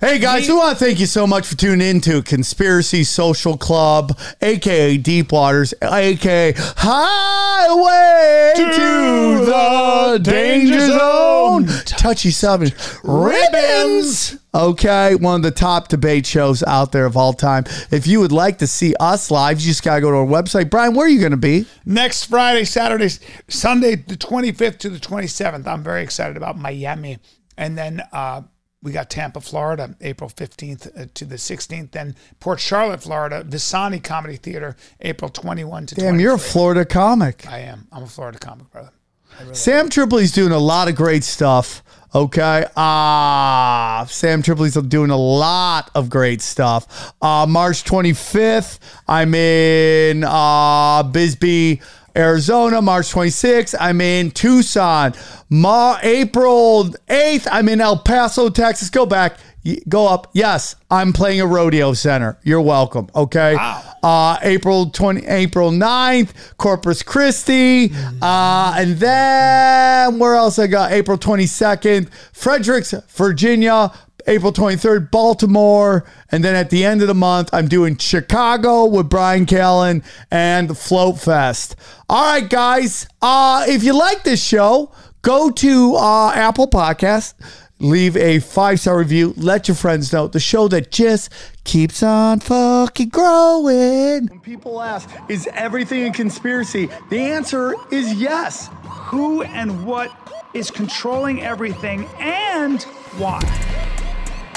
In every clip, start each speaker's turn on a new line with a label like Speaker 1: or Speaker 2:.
Speaker 1: Hey guys, we, want to thank you so much for tuning in to Conspiracy Social Club, aka Deep Waters, aka Highway to, the Danger Zone. Touchy Subject Ribbons. Okay, one of the top debate shows out there of all time. If you would like to see us live, you just gotta go to our website. Brian, where are you gonna be?
Speaker 2: Next Friday, Saturday, Sunday, the 25th to the 27th. I'm very excited about Miami. And then uh, we got Tampa, Florida, April 15th to the 16th. Then Port Charlotte, Florida, Visani Comedy Theater, April 21 to
Speaker 1: Damn, you're a
Speaker 2: 23rd.
Speaker 1: Florida comic.
Speaker 2: I am. I'm a Florida comic, brother.
Speaker 1: Sam Tripoli's doing a lot of great stuff. Okay. Ah, Sam Tripoli's doing a lot of great stuff. Uh, March 25th, I'm in uh, Bisbee, Arizona. March 26th, I'm in Tucson. Ma- April 8th, I'm in El Paso, Texas. Go back. Y- Go up. Yes, I'm playing a rodeo center. You're welcome. Okay. Uh, April 20, April 9th, Corpus Christi. Uh, and then where else I got? April 22nd, Fredericks, Virginia. April 23rd, Baltimore. And then at the end of the month, I'm doing Chicago with Brian Callen and the Float Fest. All right, guys. Uh, if you like this show, go to uh, Apple Podcasts leave a five star review. Let your friends know the show that just keeps on fucking growing. When people ask, is everything a conspiracy? The answer is yes.
Speaker 3: who and what is controlling everything and why.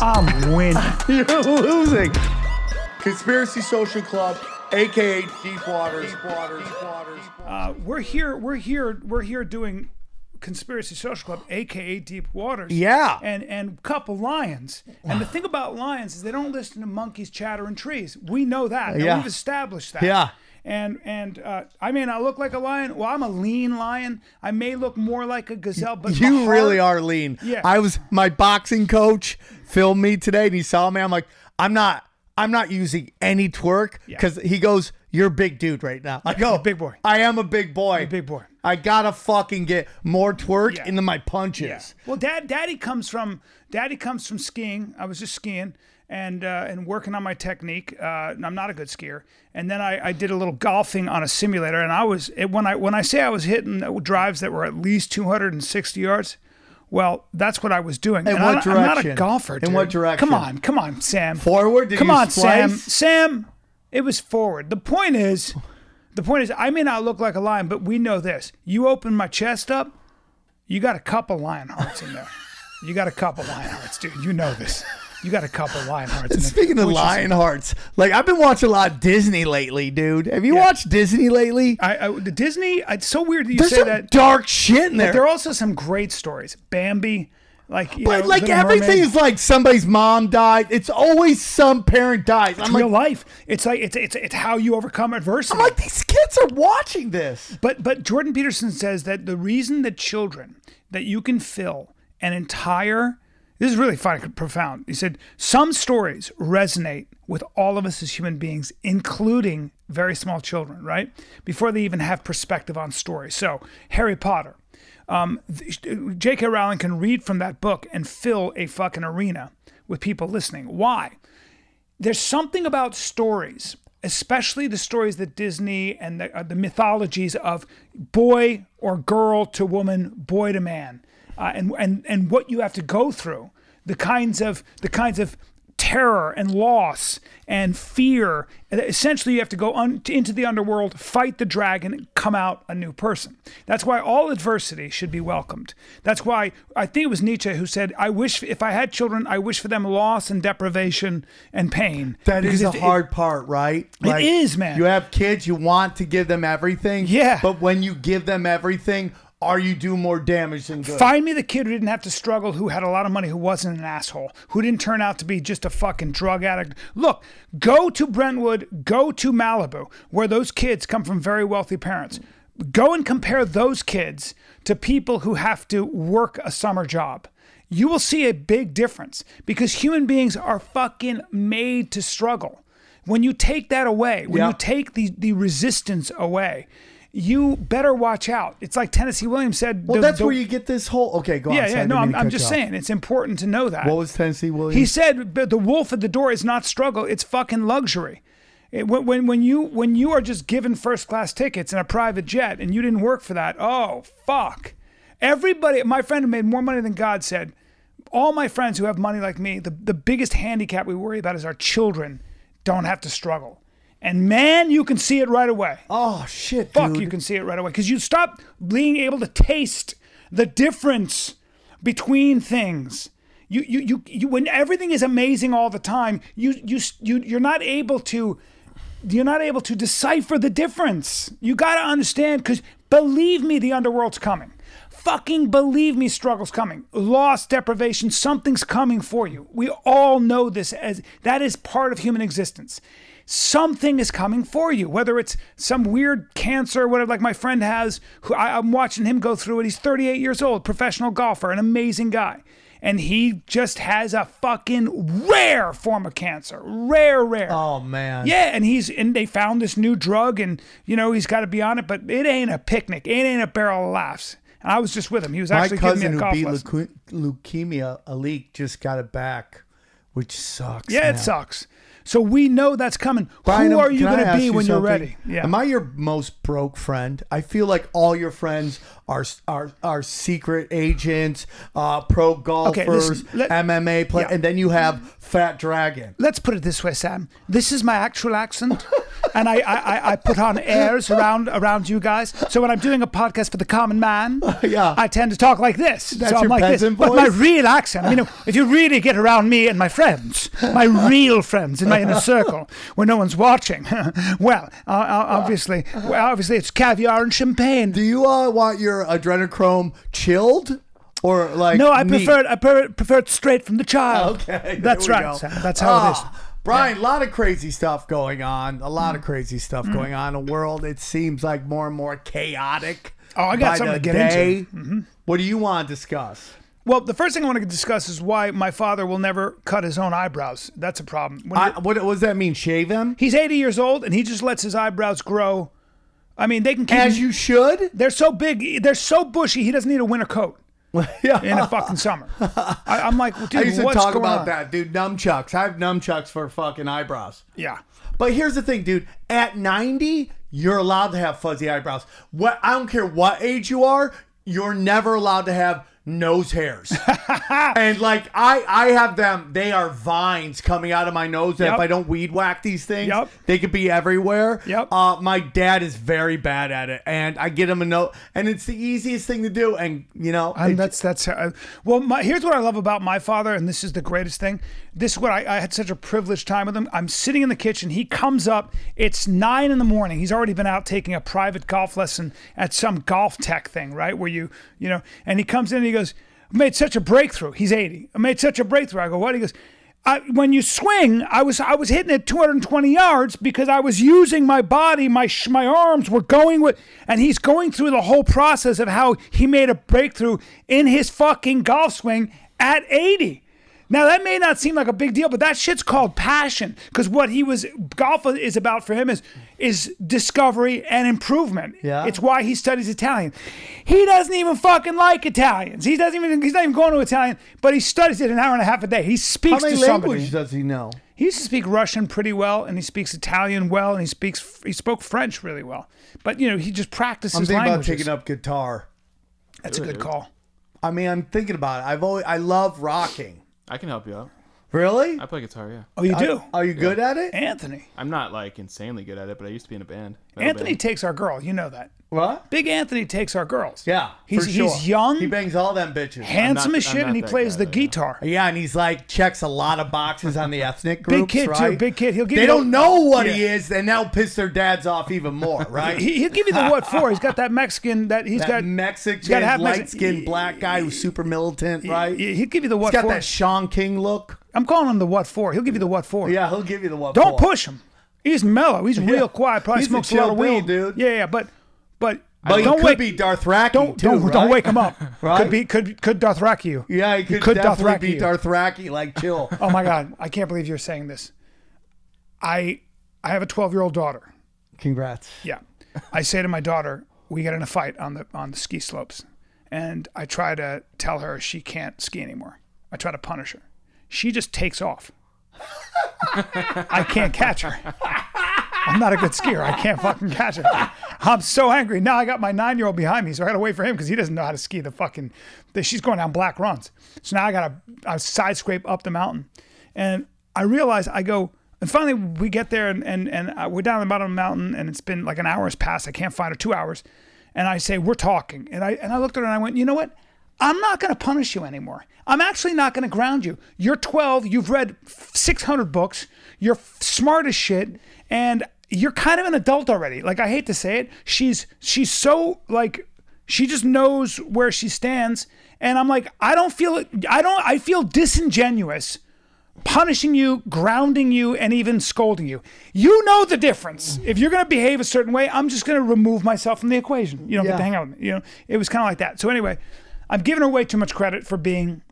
Speaker 3: I'm winning.
Speaker 1: You're losing. Conspiracy Social Club, aka Deep Waters. Deep Waters. Deep Waters.
Speaker 3: We're here. We're here. We're here doing conspiracy social club, aka Deep Waters.
Speaker 1: Yeah.
Speaker 3: And and couple lions. And the thing about lions is they don't listen to monkeys chatter in trees. We know that. and
Speaker 1: Yeah.
Speaker 3: We've established that.
Speaker 1: Yeah.
Speaker 3: And and uh, I may not look like a lion. Well, I'm a lean lion. I may look more like a gazelle, but my
Speaker 1: You
Speaker 3: heart-
Speaker 1: really are lean.
Speaker 3: Yeah.
Speaker 1: I was my boxing coach filmed me today and he saw me. I'm like, I'm not I'm not using any twerk because he goes, You're a big dude right now. I go,
Speaker 3: a big boy.
Speaker 1: I am a big boy.
Speaker 3: a big boy.
Speaker 1: I gotta fucking get more twerk
Speaker 3: Yeah.
Speaker 1: into my punches.
Speaker 3: Well, dad, daddy comes from daddy comes from skiing. I was just skiing and uh, and working on my technique. Uh, and I'm not a good skier. And then I, I did a little golfing on a simulator. And I was it, when I when I say I was hitting drives that were at least 260 yards. Well, that's what I was doing. In
Speaker 1: what
Speaker 3: I'm, I'm not a
Speaker 1: direction?
Speaker 3: golfer.
Speaker 1: In
Speaker 3: dude.
Speaker 1: what direction?
Speaker 3: Come on, come on, Sam.
Speaker 1: Forward? Did
Speaker 3: come
Speaker 1: you
Speaker 3: on, Sam.
Speaker 1: splice?
Speaker 3: Sam. It was forward. The point is, the point is, I may not look like a lion, but we know this. You open my chest up, you got a couple lion hearts in there. You got a couple lion hearts, dude. You know this. You got a couple lion hearts. in there,
Speaker 1: Speaking of
Speaker 3: which is-
Speaker 1: lion hearts, like I've been watching a lot of Disney lately, dude. Have you watched Disney lately?
Speaker 3: I, I, the Disney. It's so weird that you
Speaker 1: There's
Speaker 3: say
Speaker 1: some
Speaker 3: that.
Speaker 1: dark shit in there.
Speaker 3: There are also some great stories. Bambi, like you
Speaker 1: But
Speaker 3: know,
Speaker 1: like
Speaker 3: Little Mermaid.
Speaker 1: everything's like somebody's mom died. It's always some parent dies. I'm
Speaker 3: real
Speaker 1: like,
Speaker 3: life. It's like it's it's it's how you overcome adversity.
Speaker 1: I'm like these kids are watching this.
Speaker 3: But but Jordan Peterson says that the reason that children that you can fill an entire this is really fun, profound. He said some stories resonate with all of us as human beings, including very small children, right? Before they even have perspective on stories. So Harry Potter, um, th- J.K. Rowling can read from that book and fill a fucking arena with people listening. Why? there's something about stories, especially the stories that Disney and the, uh, the mythologies of boy or girl to woman, boy to man, uh, and and and what you have to go through, the kinds of the kinds of terror and loss and fear. Essentially, you have to go un- into the underworld, fight the dragon, come out a new person. That's why all adversity should be welcomed. That's why I think it was Nietzsche who said, "I wish if I had children, I wish for them loss and deprivation and pain."
Speaker 1: That is
Speaker 3: Because
Speaker 1: the
Speaker 3: it- it-
Speaker 1: hard part, right?
Speaker 3: is, man.
Speaker 1: You have kids, you want to give them everything.
Speaker 3: Yeah.
Speaker 1: But when you give them everything, Are you do more damage than good?
Speaker 3: Find me the kid who didn't have to struggle, who had a lot of money, who wasn't an asshole, who didn't turn out to be just a fucking drug addict. Look, go to Brentwood, go to Malibu, where those kids come from very wealthy parents. Go and compare those kids to people who have to work a summer job. You will see a big difference because human beings are fucking made to struggle. When you take that away, when
Speaker 1: Yeah.
Speaker 3: you take the, the resistance away, you better watch out. It's like Tennessee Williams said.
Speaker 1: well,
Speaker 3: the-
Speaker 1: that's
Speaker 3: the-
Speaker 1: where you get this whole. Okay, go on.
Speaker 3: yeah,
Speaker 1: sorry, I
Speaker 3: yeah.
Speaker 1: didn't
Speaker 3: No,
Speaker 1: mean
Speaker 3: I'm,
Speaker 1: to
Speaker 3: I'm
Speaker 1: cut
Speaker 3: just
Speaker 1: you off.
Speaker 3: saying it's important to know that.
Speaker 1: What was Tennessee Williams?
Speaker 3: he said "But the wolf at the door is not struggle; it's fucking luxury. It- when, when when you when you are just given first class tickets in a private jet and you didn't work for that, oh fuck! Everybody, my friend who made more money than God said, all my friends who have money like me, the, the biggest handicap we worry about is our children don't have to struggle. And man, you can see it right away
Speaker 1: "Oh shit,
Speaker 3: fuck
Speaker 1: dude.
Speaker 3: you can see it right away because you stop being able to taste the difference between things you you you, you when everything is amazing all the time you you s- you you're not able to you're not able to decipher the difference you got to understand because believe me the underworld's coming fucking believe me struggle's coming loss deprivation something's coming for you we all know this as that is part of human existence something is coming for you whether it's some weird cancer whatever like my friend has who I, i'm watching him go through it he's 38 years old professional golfer an amazing guy and he just has a fucking rare form of cancer rare rare
Speaker 1: Oh man.
Speaker 3: yeah, and he's and they found this new drug, and you know he's got to be on it, but it ain't a picnic, it ain't a barrel of laughs. And I was just with him. He was
Speaker 1: My
Speaker 3: actually giving
Speaker 1: cousin
Speaker 3: me a
Speaker 1: who
Speaker 3: golf
Speaker 1: beat
Speaker 3: lesson.
Speaker 1: leuke- leukemia a leak just got it back, which sucks.
Speaker 3: yeah,
Speaker 1: man.
Speaker 3: it sucks. So we know that's coming.
Speaker 1: Brian,
Speaker 3: Who
Speaker 1: am-
Speaker 3: are you
Speaker 1: can I
Speaker 3: going to
Speaker 1: ask
Speaker 3: be when you're
Speaker 1: something?
Speaker 3: ready? Yeah.
Speaker 1: Am I your most broke friend? I feel like all your friends are are are secret agents, uh, pro golfers,
Speaker 3: listen, let-
Speaker 1: MMA players,
Speaker 3: Yeah.
Speaker 1: and then you have Fat Dragon.
Speaker 3: Let's put it this way, Sam. This is my actual accent, and I, I, I, I put on airs around around you guys. So when I'm doing a podcast for the common man,
Speaker 1: Yeah.
Speaker 3: I tend to talk like this. That's so I'm
Speaker 1: your
Speaker 3: like this.
Speaker 1: peasant
Speaker 3: But my
Speaker 1: voice?
Speaker 3: real accent, I mean, if you really get around me and my friends, my real friends in my inner circle, where no one's watching, well, uh, uh, obviously, well, obviously, it's caviar and champagne.
Speaker 1: Do you uh, want your adrenochrome chilled or like?
Speaker 3: no, I
Speaker 1: neat?
Speaker 3: prefer it, I prefer it, prefer it straight from the child.
Speaker 1: Okay,
Speaker 3: that's
Speaker 1: there we
Speaker 3: right.
Speaker 1: go.
Speaker 3: Sam. That's how it is.
Speaker 1: Ah, Brian, a lot of crazy stuff going on. A lot of
Speaker 3: Mm.
Speaker 1: crazy stuff going on in the world. It seems like more and more chaotic.
Speaker 3: Oh, I got
Speaker 1: by
Speaker 3: something
Speaker 1: the
Speaker 3: to get into. Mm-hmm.
Speaker 1: day. What do you want to discuss?
Speaker 3: Well, the first thing I want to discuss is why my father will never cut his own eyebrows. That's a problem. When
Speaker 1: I,
Speaker 3: you're-
Speaker 1: what, what does that mean? Shave him?
Speaker 3: he's 80 years old and he just lets his eyebrows grow. I mean, they can keep.
Speaker 1: As you should.
Speaker 3: they're so big. They're so bushy. He doesn't need a winter coat
Speaker 1: yeah.
Speaker 3: in a fucking summer. I, I'm like, well, dude,
Speaker 1: I used to
Speaker 3: what's
Speaker 1: talk
Speaker 3: going
Speaker 1: about
Speaker 3: on?
Speaker 1: that, dude. Nunchucks. I have nunchucks for fucking eyebrows.
Speaker 3: Yeah.
Speaker 1: But here's the thing, dude. At 90, you're allowed to have fuzzy eyebrows. What I don't care what age you are, you're never allowed to have nose hairs. and like I I have them, they are vines coming out of my nose. And
Speaker 3: Yep.
Speaker 1: if I don't weed whack these things,
Speaker 3: Yep.
Speaker 1: they could be everywhere.
Speaker 3: Yep.
Speaker 1: Uh my dad is very bad at it. And I get him a note and it's the easiest thing to do. And you know,
Speaker 3: And
Speaker 1: it-
Speaker 3: that's that's uh, well. My, here's what I love about my father, and this is the greatest thing. This is what I, I had such a privileged time with him. I'm sitting in the kitchen. He comes up. It's nine in the morning. He's already been out taking a private golf lesson at some golf tech thing, right? Where you you know. And he comes in and he goes, I "Made such a breakthrough." He's 80. I made such a breakthrough. I go, "What?" He goes. I, when you swing, I was I was hitting it 220 yards because I was using my body, my sh- my arms were going with, and he's going through the whole process of how he made a breakthrough in his fucking golf swing at 80. Now that may not seem like a big deal, but that shit's called passion because what he was golf is about for him is is discovery and improvement.
Speaker 1: Yeah.
Speaker 3: it's why he studies Italian. He doesn't even fucking like Italians. He doesn't even he's not even going to Italian, but he studies it an hour and a half a day. He speaks
Speaker 1: how many
Speaker 3: to somebody.
Speaker 1: languages does he know?
Speaker 3: He used to speak Russian pretty well, and he speaks Italian well, and he speaks he spoke French really well. But you know, he just practices
Speaker 1: I'm thinking
Speaker 3: languages.
Speaker 1: about taking up guitar.
Speaker 3: That's a good call.
Speaker 1: I mean, I'm thinking about it. I've always I love rocking.
Speaker 4: I can help you out.
Speaker 1: Really?
Speaker 4: I play guitar, yeah.
Speaker 3: Oh, you do,
Speaker 1: Are you good at it?
Speaker 3: Anthony.
Speaker 4: I'm not like insanely good at it, but I used to be in a band. metal
Speaker 3: Anthony
Speaker 4: band.
Speaker 3: takes our girl. You know that.
Speaker 1: What?
Speaker 3: Big Anthony takes our girls.
Speaker 1: Yeah.
Speaker 3: He's,
Speaker 1: for sure.
Speaker 3: he's young,
Speaker 1: He bangs all them bitches. I'm
Speaker 3: handsome
Speaker 1: not-
Speaker 3: as
Speaker 1: I'm
Speaker 3: shit,
Speaker 1: not
Speaker 3: and he
Speaker 1: that
Speaker 3: plays
Speaker 1: guy,
Speaker 3: the
Speaker 1: though.
Speaker 3: guitar.
Speaker 1: Yeah, and he's like checks a lot of boxes on the ethnic groups.
Speaker 3: Big kid,
Speaker 1: right?
Speaker 3: too. Big kid. He'll give
Speaker 1: They
Speaker 3: you
Speaker 1: don't know what he
Speaker 3: Yeah.
Speaker 1: is, and that'll piss their dads off even more, right?
Speaker 3: He, he'll give you the what for. He's got that Mexican that he's
Speaker 1: that
Speaker 3: got.
Speaker 1: Mexican,
Speaker 3: gotta have Mexi-
Speaker 1: light skinned black guy who's super militant, right?
Speaker 3: Yeah, He'll give you the what
Speaker 1: He's got
Speaker 3: for.
Speaker 1: that Sean King look.
Speaker 3: I'm calling him the what for. He'll give you the what for.
Speaker 1: Yeah, he'll give you the what.
Speaker 3: Don't
Speaker 1: for.
Speaker 3: push him. He's mellow. He's real quiet. Probably
Speaker 1: He's a
Speaker 3: smokes a, lot
Speaker 1: chill
Speaker 3: of
Speaker 1: Bill,
Speaker 3: weed,
Speaker 1: dude.
Speaker 3: Yeah, yeah, but but,
Speaker 1: But he
Speaker 3: don't
Speaker 1: could
Speaker 3: wake
Speaker 1: be Darth Racky
Speaker 3: don't
Speaker 1: too,
Speaker 3: don't,
Speaker 1: right?
Speaker 3: don't wake him up.
Speaker 1: Right?
Speaker 3: Could be could could Dothraki you.
Speaker 1: Yeah, he could,
Speaker 3: could
Speaker 1: definitely
Speaker 3: Dothraki
Speaker 1: be
Speaker 3: you.
Speaker 1: Darth Racky. Like chill.
Speaker 3: Oh my God, I can't believe you're saying this. I I have a 12 year old daughter.
Speaker 1: Congrats.
Speaker 3: Yeah. I say to my daughter, we get in a fight on the on the ski slopes. And I try to tell her she can't ski anymore. I try to punish her. She just takes off. I can't catch her. I'm not a good skier. I can't fucking catch her. I'm so angry. Now I got my nine year old behind me, so I gotta wait for him because he doesn't know how to ski the fucking the, she's going down black runs. So now I gotta I side scrape up the mountain. And I realize I go and finally we get there and and, and uh, we're down the bottom of the mountain and it's been like an hour's passed. I can't find her, two hours. And I say, We're talking. And I and I looked at her and I went, you know what? I'm not going to punish you anymore. I'm actually not going to ground you. You're 12, you've read 600 books, you're f- smart as shit, and you're kind of an adult already. Like I hate to say it, she's she's so like she just knows where she stands and I'm like I don't feel it I don't I feel disingenuous punishing you, grounding you, and even scolding you. You know the difference. If you're going to behave a certain way, I'm just going to remove myself from the equation. You don't get
Speaker 1: Yeah.
Speaker 3: to hang out with me. You know, it was kind of like that. So anyway, I'm giving her way too much credit for being,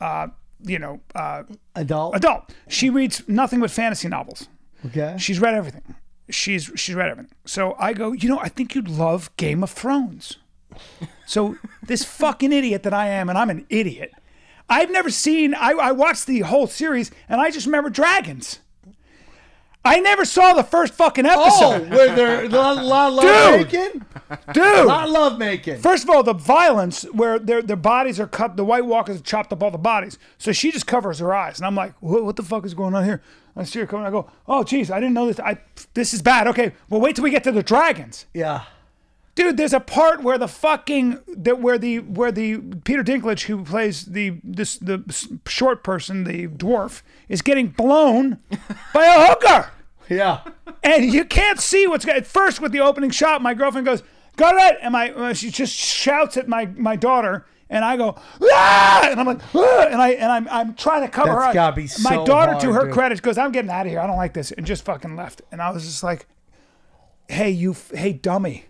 Speaker 3: uh, you know, uh,
Speaker 1: Adult.
Speaker 3: adult. She reads nothing but fantasy novels.
Speaker 1: Okay.
Speaker 3: She's read everything. She's she's read everything. So I go, you know, I think you'd love Game of Thrones. So this fucking idiot that I am, and I'm an idiot. I've never seen. I, I watched the whole series, and I just remember dragons. I never saw the first fucking
Speaker 1: Oh,
Speaker 3: episode,
Speaker 1: where they're la la love
Speaker 3: Dude!
Speaker 1: making. La
Speaker 3: dude.
Speaker 1: love making.
Speaker 3: First of all, the violence where their their bodies are cut. The White Walkers have chopped up all the bodies, so she just covers her eyes, and I'm like, what, what the fuck is going on here? I see her coming. I go, oh geez, I didn't know this. I this is bad. Okay, well wait till we get to the dragons.
Speaker 1: Yeah.
Speaker 3: Dude, there's a part where the fucking that where the where the Peter Dinklage who plays the this the s- short person, the dwarf, is getting blown by a hooker,
Speaker 1: Yeah.
Speaker 3: and you can't see what's go- at first with the opening shot. My girlfriend goes, "Got it," and my uh, she just shouts at my my daughter. And I go, ah! and I'm like, ah! and I and I'm I'm trying to cover
Speaker 1: That's
Speaker 3: her. up.
Speaker 1: gotta be
Speaker 3: my
Speaker 1: so
Speaker 3: daughter, to
Speaker 1: hard,
Speaker 3: her
Speaker 1: dude.
Speaker 3: credit, goes, "I'm getting out of here. I don't like this," and just fucking left. And I was just like, "Hey, you, f- hey, dummy."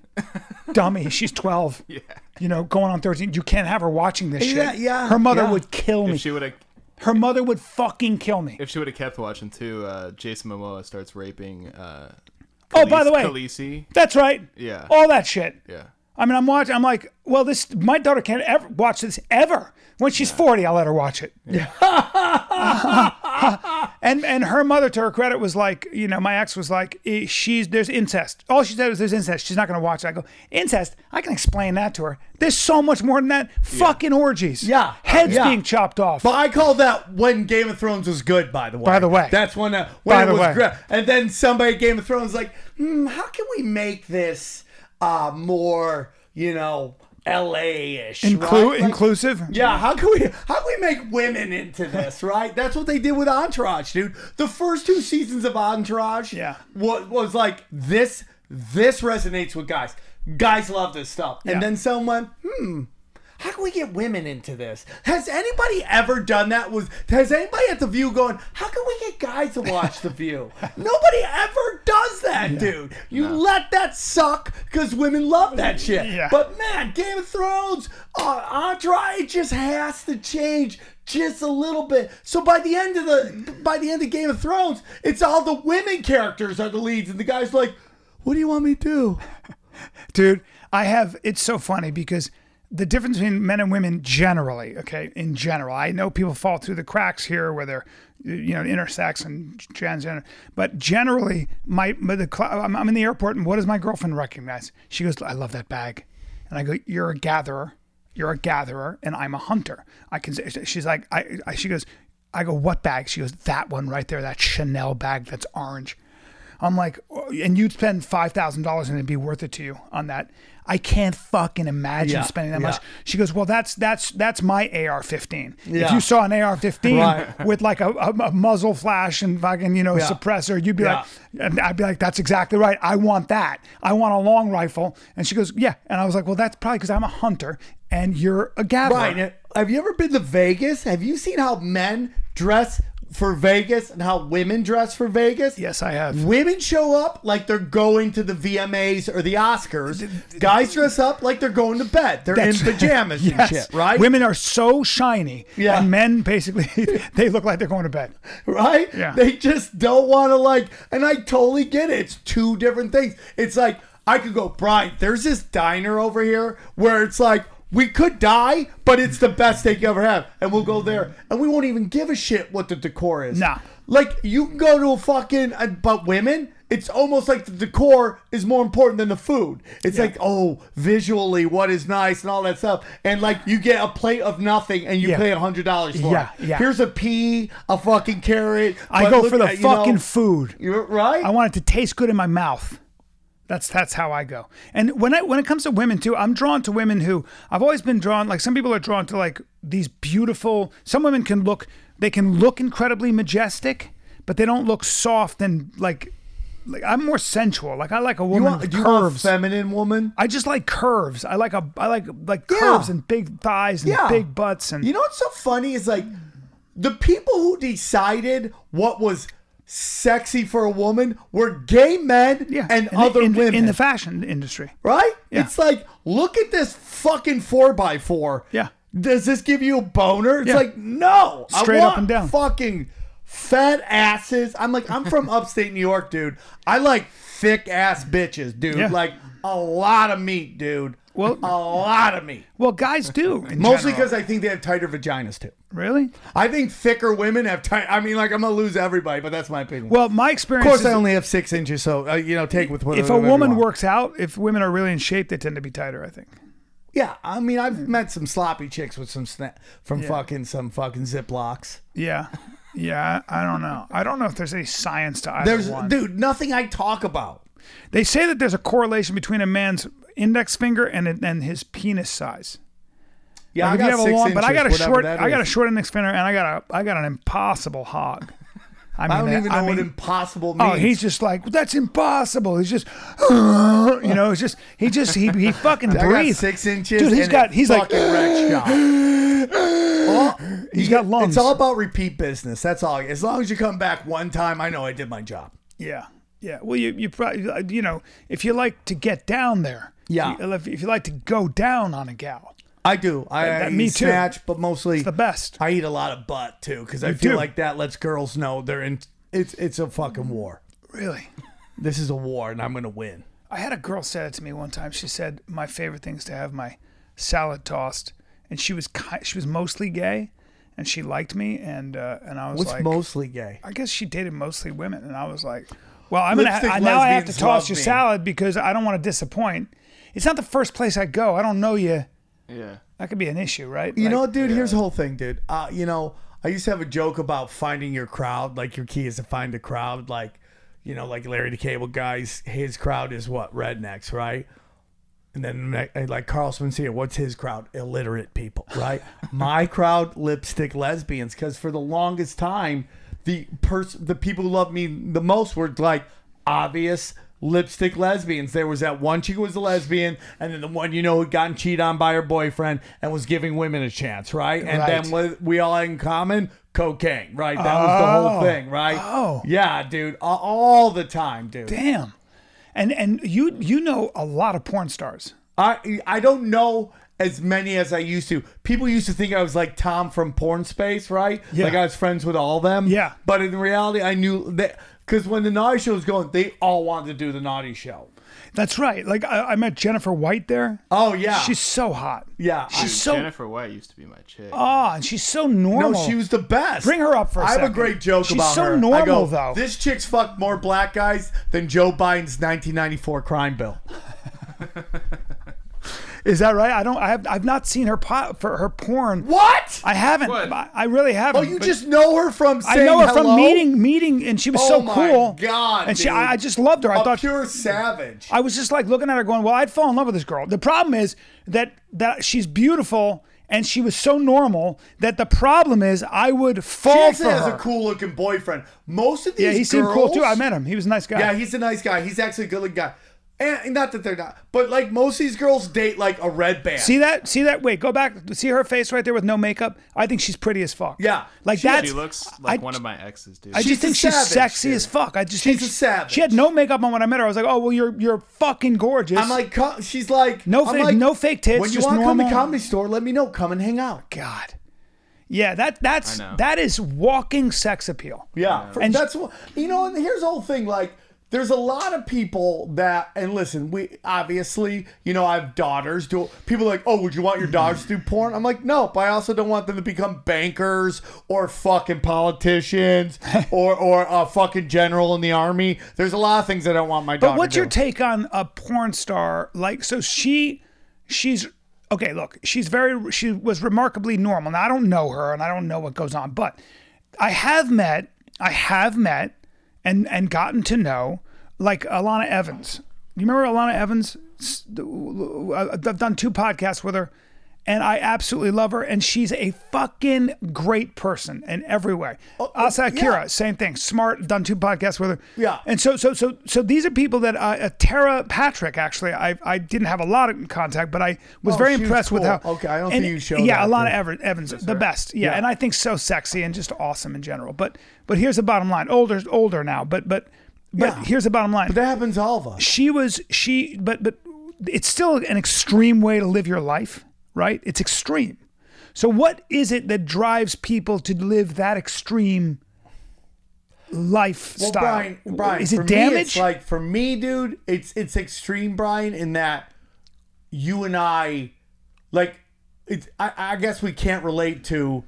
Speaker 3: dummy. She's 12. Yeah. You know, going on 13. You can't have her watching this
Speaker 1: Yeah,
Speaker 3: shit.
Speaker 1: yeah,
Speaker 3: Her mother
Speaker 1: yeah.
Speaker 3: would kill me.
Speaker 4: If she would have,
Speaker 3: her mother would fucking kill me.
Speaker 4: if she would have kept watching too, uh, Jason Momoa starts raping. Uh,
Speaker 3: oh, by the way,
Speaker 4: Khaleesi.
Speaker 3: that's right.
Speaker 4: Yeah.
Speaker 3: All that shit.
Speaker 4: Yeah.
Speaker 3: I mean, I'm watching. I'm like, well, this. My daughter can't ever watch this ever. When she's 40, I'll let her watch it. and and her mother, to her credit, was like, you know, my ex was like, eh, she's there's incest. All she said was there's incest. She's not going to watch it. I go, incest. I can explain that to her. There's so much more than that. Fucking orgies.
Speaker 1: Yeah.
Speaker 3: Heads
Speaker 1: Yeah.
Speaker 3: being chopped off.
Speaker 1: But I call that when Game of Thrones was good. By the way.
Speaker 3: By the way.
Speaker 1: That's when uh, when
Speaker 3: By
Speaker 1: it
Speaker 3: the
Speaker 1: was
Speaker 3: way.
Speaker 1: great. And then somebody at Game of Thrones like, hmm, how can we make this uh more you know L.A. ish
Speaker 3: Inclu-
Speaker 1: right? Like,
Speaker 3: inclusive.
Speaker 1: Yeah, how can we how can we make women into this, right? That's what they did with Entourage, dude. The first two seasons of Entourage
Speaker 3: Yeah.
Speaker 1: was, was like this this resonates with guys. Guys love this stuff.
Speaker 3: Yeah.
Speaker 1: And then someone, hmm, how can we get women into this? Has anybody ever done that? Was has anybody at the View going? How can we get guys to watch the View? Nobody ever does that, dude. You let that suck because women love that shit.
Speaker 3: Yeah.
Speaker 1: But man, Game of Thrones, uh, Entourage it just has to change just a little bit. So by the end of the by the end of Game of Thrones, it's all the women characters are the leads, and the guys like, what do you want me to do?
Speaker 3: dude i have it's so funny because the difference between men and women generally okay in general i know people fall through the cracks here where they're you know intersex and transgender but generally my, my the cl- I'm, I'm in the airport and what does my girlfriend recognize she goes i love that bag and i go you're a gatherer you're a gatherer and i'm a hunter i can she's like i, I she goes i go what bag she goes that one right there that chanel bag that's orange
Speaker 2: I'm like, "Oh," and you'd spend five thousand dollars and it'd be worth it to you on that. I can't fucking imagine
Speaker 1: Yeah,
Speaker 2: spending that
Speaker 1: yeah.
Speaker 2: much. She goes, well, that's that's that's my AR-15. If
Speaker 1: Yeah.
Speaker 2: you saw an AR-15
Speaker 1: Right.
Speaker 2: with like a, a, a muzzle flash and fucking you know
Speaker 1: Yeah.
Speaker 2: suppressor, you'd be
Speaker 1: Yeah.
Speaker 2: like, and I'd be like, that's exactly right. I want that. I want a long rifle. And she goes, yeah. And I was like, well, that's probably because I'm a hunter and you're a gatherer.
Speaker 1: Right. and Have you ever been to Vegas? Have you seen how men dress for Vegas and how women dress for Vegas?
Speaker 2: Yes, I have.
Speaker 1: Women show up like they're going to the VMAs or the Oscars. Guys dress up like they're going to bed. They're in
Speaker 2: That's-
Speaker 1: pajamas and
Speaker 2: Yes.
Speaker 1: shit, right?
Speaker 2: Women are so shiny.
Speaker 1: Yeah.
Speaker 2: And men basically they look like they're going to bed.
Speaker 1: right?
Speaker 2: Yeah.
Speaker 1: They just don't want to like, and I totally get it. It's two different things. It's like I could go, Brian. There's this diner over here where it's like we could die, but it's the best steak you ever have, and we'll go there, and we won't even give a shit what the decor is.
Speaker 2: Nah.
Speaker 1: Like you can go to a fucking, uh, but women. It's almost like the decor is more important than the food. It's like, oh, visually, what is nice and all that stuff. And like, you get a plate of nothing and you
Speaker 2: Yeah.
Speaker 1: pay a hundred dollars for
Speaker 2: Yeah,
Speaker 1: it.
Speaker 2: yeah.
Speaker 1: Here's a pea, a fucking carrot.
Speaker 2: I
Speaker 1: but
Speaker 2: go
Speaker 1: look
Speaker 2: for the
Speaker 1: at, you know,
Speaker 2: fucking food.
Speaker 1: You're right.
Speaker 2: I want it to taste good in my mouth. That's that's how I go. And when I when it comes to women too, I'm drawn to women who I've always been drawn like some people are drawn to like these beautiful some women can look they can look incredibly majestic, but they don't look soft and like like I'm more sensual. Like I like a
Speaker 1: you
Speaker 2: woman
Speaker 1: want,
Speaker 2: with
Speaker 1: do you want a
Speaker 2: curves.
Speaker 1: feminine woman?
Speaker 2: I just like curves. I like a I like like curves and big thighs and
Speaker 1: Yeah.
Speaker 2: big butts and
Speaker 1: You know what's so funny is like the people who decided what was sexy for a woman were gay men
Speaker 2: yeah
Speaker 1: and
Speaker 2: in the-
Speaker 1: other
Speaker 2: in, the-
Speaker 1: women.
Speaker 2: in the fashion industry.
Speaker 1: right?
Speaker 2: Yeah.
Speaker 1: It's like, look at this fucking four by four.
Speaker 2: Yeah.
Speaker 1: Does this give you a boner? It's
Speaker 2: Yeah.
Speaker 1: like, no.
Speaker 2: Straight
Speaker 1: I
Speaker 2: up
Speaker 1: want
Speaker 2: and down.
Speaker 1: Fucking fat asses. I'm like, I'm from upstate New York, dude. I like thick ass bitches, dude.
Speaker 2: Yeah.
Speaker 1: Like a lot of meat, dude.
Speaker 2: Well-
Speaker 1: a lot of meat.
Speaker 2: Well, guys do in
Speaker 1: Mostly
Speaker 2: general.
Speaker 1: because I think they have tighter vaginas too.
Speaker 2: really.
Speaker 1: I think thicker women have tight. I mean, like I'm gonna lose everybody, but that's my opinion.
Speaker 2: Well, my experience.
Speaker 1: of course, I
Speaker 2: is-
Speaker 1: only have six inches, so uh, you know, take with what.
Speaker 2: if a woman works out, if women are really in shape, they tend to be tighter. I think.
Speaker 1: Yeah, I mean, I've met some sloppy chicks with some snap from fucking some fucking ziplocs.
Speaker 2: Yeah, yeah. I I don't know. I don't know if there's any science to either
Speaker 1: There's
Speaker 2: one.
Speaker 1: dude, nothing I talk about.
Speaker 2: They say that there's a correlation between a man's index finger and and his penis size.
Speaker 1: Yeah,
Speaker 2: Like, if you have a long, but I got a
Speaker 1: whatever
Speaker 2: short.
Speaker 1: that
Speaker 2: I got a
Speaker 1: is.
Speaker 2: short index finger, and I got a I got an impossible hog. I, mean,
Speaker 1: I don't
Speaker 2: that-
Speaker 1: even know
Speaker 2: I
Speaker 1: what
Speaker 2: mean-
Speaker 1: impossible means.
Speaker 2: Oh, he's just like that's impossible. He's just, you know, it's just he just he he fucking
Speaker 1: I got
Speaker 2: breathes.
Speaker 1: six inches.
Speaker 2: Dude, he's
Speaker 1: and
Speaker 2: got-
Speaker 1: a
Speaker 2: he's like-
Speaker 1: fucking wreck shot. Oh,
Speaker 2: He's
Speaker 1: you-
Speaker 2: got lungs.
Speaker 1: It's all about repeat business. That's all. As long as you come back one time, I know I did my job.
Speaker 2: Yeah, yeah. Well, you you probably you know if you like to get down there.
Speaker 1: Yeah.
Speaker 2: If, if you like to go down on a gal,
Speaker 1: I do. I, I
Speaker 2: that- me
Speaker 1: eat
Speaker 2: too.
Speaker 1: snatch, but mostly
Speaker 2: the best.
Speaker 1: I eat a lot of butt too because I feel
Speaker 2: do.
Speaker 1: like that lets girls know they're in. It's it's a fucking war.
Speaker 2: Really.
Speaker 1: This is a war, and I'm gonna win.
Speaker 2: I had a girl say that to me one time. She said my favorite thing is to have my salad tossed, and she was ki- she was mostly gay, and she liked me, and uh, and I was
Speaker 1: What's
Speaker 2: like,
Speaker 1: mostly gay?
Speaker 2: I guess she dated mostly women, and I was like, well, I'm gonna
Speaker 1: Lipstick
Speaker 2: I, now I have to
Speaker 1: lesbians love
Speaker 2: toss your
Speaker 1: me.
Speaker 2: salad because I don't want to disappoint. It's not the first place I go. I don't know you.
Speaker 4: Yeah.
Speaker 2: That could be an issue, right?
Speaker 1: You know, dude. Here's the whole thing, dude. Uh, you know, I used to have a joke about finding your crowd. Like your key is to find the crowd. Like, you know, like Larry the Cable Guy's his crowd is what rednecks, right? And then like- like Carl Smencia, what's his crowd? Illiterate people, right? My crowd, lipstick lesbians, because for the longest time, the person, the people who loved me the most were like obvious lipstick lesbians. There was that one chick who was a lesbian, and then the one you know who gotten cheated on by her boyfriend and was giving women a chance, right? And then what we all had in common cocaine, right? That was the whole thing, right?
Speaker 2: Oh.
Speaker 1: yeah, dude, a- all the time, dude.
Speaker 2: Damn. And and you you know a lot of porn stars.
Speaker 1: I I don't know as many as I used to. People used to think I was like Tom from Porn Space, right?
Speaker 2: Yeah.
Speaker 1: Like I was friends with all of them.
Speaker 2: Yeah.
Speaker 1: But in reality, I knew that because when the naughty show was going, they all wanted to do the naughty show.
Speaker 2: That's right. Like I, I met Jennifer White there.
Speaker 1: Oh yeah,
Speaker 2: She's so hot.
Speaker 1: yeah. I-
Speaker 2: She's so
Speaker 4: Jennifer White used to be my chick.
Speaker 2: ah, and she's so normal.
Speaker 1: no, she was the best.
Speaker 2: Bring her up for a
Speaker 1: I have a
Speaker 2: second.
Speaker 1: great joke
Speaker 2: She's
Speaker 1: about
Speaker 2: so
Speaker 1: her. I
Speaker 2: normal,
Speaker 1: go,
Speaker 2: though.
Speaker 1: This chick's fucked more black guys than Joe Biden's 1994 crime bill.
Speaker 2: Is that right? I don't. I have. I've not seen her po- for her porn.
Speaker 1: What?
Speaker 2: I haven't.
Speaker 4: What?
Speaker 2: I, I really haven't.
Speaker 1: Oh, you
Speaker 2: but
Speaker 1: just know her from
Speaker 2: I
Speaker 1: saying
Speaker 2: know her
Speaker 1: hello?
Speaker 2: from meeting meeting, and she was
Speaker 1: Oh
Speaker 2: so
Speaker 1: my
Speaker 2: cool.
Speaker 1: God,
Speaker 2: And she,
Speaker 1: dude. Oh.
Speaker 2: I, I just loved her. I
Speaker 1: A
Speaker 2: thought
Speaker 1: pure savage.
Speaker 2: I was just like looking at her, going, "Well, I'd fall in love with this girl." The problem is that that she's beautiful and she was so normal that the problem is I would
Speaker 1: He
Speaker 2: fall for
Speaker 1: actually has
Speaker 2: her.
Speaker 1: a cool looking boyfriend. Most of these
Speaker 2: yeah, he
Speaker 1: girls,
Speaker 2: seemed cool too. I met him. He was a nice guy.
Speaker 1: Yeah, he's a nice guy. He's actually a good looking guy. And not that they're not, but like most of these girls date like a red band.
Speaker 2: See that? See that? Wait, go back. See her face right there with no makeup. I think she's pretty as fuck.
Speaker 1: Yeah.
Speaker 2: like
Speaker 1: She-
Speaker 2: that.
Speaker 4: She looks like
Speaker 2: I-
Speaker 4: one of my exes, dude.
Speaker 2: I
Speaker 1: She's
Speaker 2: just
Speaker 1: a
Speaker 2: think she's
Speaker 1: savage,
Speaker 2: sexy
Speaker 1: dude.
Speaker 2: as fuck. I just think
Speaker 1: She's a
Speaker 2: she-
Speaker 1: savage.
Speaker 2: She had no makeup on when I met her. I was like, oh well, you're you're fucking gorgeous.
Speaker 1: I'm like, co- she's like,
Speaker 2: No
Speaker 1: I'm
Speaker 2: fake-
Speaker 1: like,
Speaker 2: no fake tits,
Speaker 1: When you
Speaker 2: just
Speaker 1: want to come to
Speaker 2: normal.
Speaker 1: comedy store, let me know. Come and hang out.
Speaker 2: God. Yeah, that that's
Speaker 4: know.
Speaker 2: that is walking sex appeal.
Speaker 1: Yeah, for-
Speaker 2: And-
Speaker 1: that's what you know. And here's the whole thing: like, there's a lot of people that, and listen, we obviously, you know, I have daughters. Do people are like, oh, would you want your daughters to do porn? I'm like, no, but I also don't want them to become bankers or fucking politicians or or a fucking general in the army. There's a lot of things I don't want my daughter.
Speaker 2: But what's
Speaker 1: to
Speaker 2: your
Speaker 1: do.
Speaker 2: take on a porn star? Like, so she, she's okay. Look, she's very, she was remarkably normal. Now I don't know her, and I don't know what goes on, but I have met, I have met, and and gotten to know like Alana Evans. You remember Alana Evans? S- the- uh, I've done two podcasts with her. And I absolutely love her, and she's a fucking great person in every way. Asa Akira, same thing. Smart, done two podcasts with her.
Speaker 1: Oh, Yeah.
Speaker 2: And so, so, so, so these are people that uh, uh, Tara Patrick actually. I, I didn't have a lot of contact, but I was very
Speaker 1: Oh, she was
Speaker 2: impressed with
Speaker 1: cool.
Speaker 2: how.
Speaker 1: Okay, I don't
Speaker 2: and-
Speaker 1: think you showed
Speaker 2: Yeah,
Speaker 1: that,
Speaker 2: Alana
Speaker 1: but-
Speaker 2: Everett Evans, the best. Yeah, and I think so sexy and just awesome in general. But but here's the bottom line. Older older now, but but but
Speaker 1: Yeah.
Speaker 2: here's the bottom line.
Speaker 1: That happens to all of us.
Speaker 2: she was she, but but it's still an extreme way to live your life, right? It's extreme. So what is it that drives people to live that extreme? lifestyle
Speaker 1: Brian, Brian,
Speaker 2: is it
Speaker 1: for Me,
Speaker 2: damage
Speaker 1: it's like for me, dude, it's it's extreme, Brian, in that you and I, like, it's I, I guess we can't relate to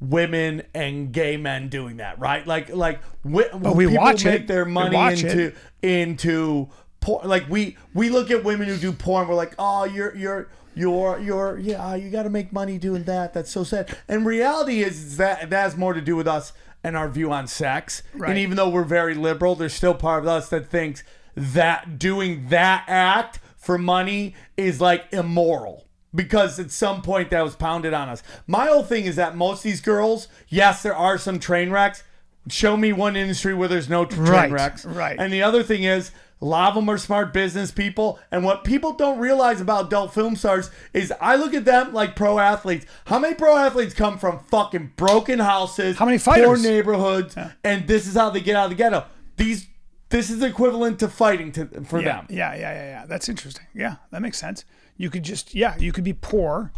Speaker 1: women and gay men doing that, right? Like, like we,
Speaker 2: we
Speaker 1: people
Speaker 2: watch
Speaker 1: make
Speaker 2: it.
Speaker 1: their
Speaker 2: We
Speaker 1: money
Speaker 2: watch
Speaker 1: into into porn. Like we we look at women who do porn, we're like, oh, you're you're. You're, you're, yeah, ah, you got to make money doing that. That's so sad. And reality is, is that that has more to do with us and our view on sex.
Speaker 2: Right.
Speaker 1: And even though we're very liberal, there's still part of us that thinks that doing that act for money is like immoral because at some point that was pounded on us. My whole thing is that most of these girls, yes, there are some train wrecks. Show me one industry where there's no train
Speaker 2: Right,
Speaker 1: wrecks.
Speaker 2: right.
Speaker 1: And the other thing is, a lot of them are smart business people. And what people don't realize about adult film stars is I look at them like pro athletes. How many pro athletes come from fucking broken houses?
Speaker 2: How many
Speaker 1: Poor
Speaker 2: fighters?
Speaker 1: neighborhoods, and this is how they get out of the ghetto. These, this is equivalent to fighting to for
Speaker 2: Yeah,
Speaker 1: them.
Speaker 2: yeah, yeah, yeah, yeah. That's interesting. Yeah, that makes sense. You could just, yeah, you could be poor.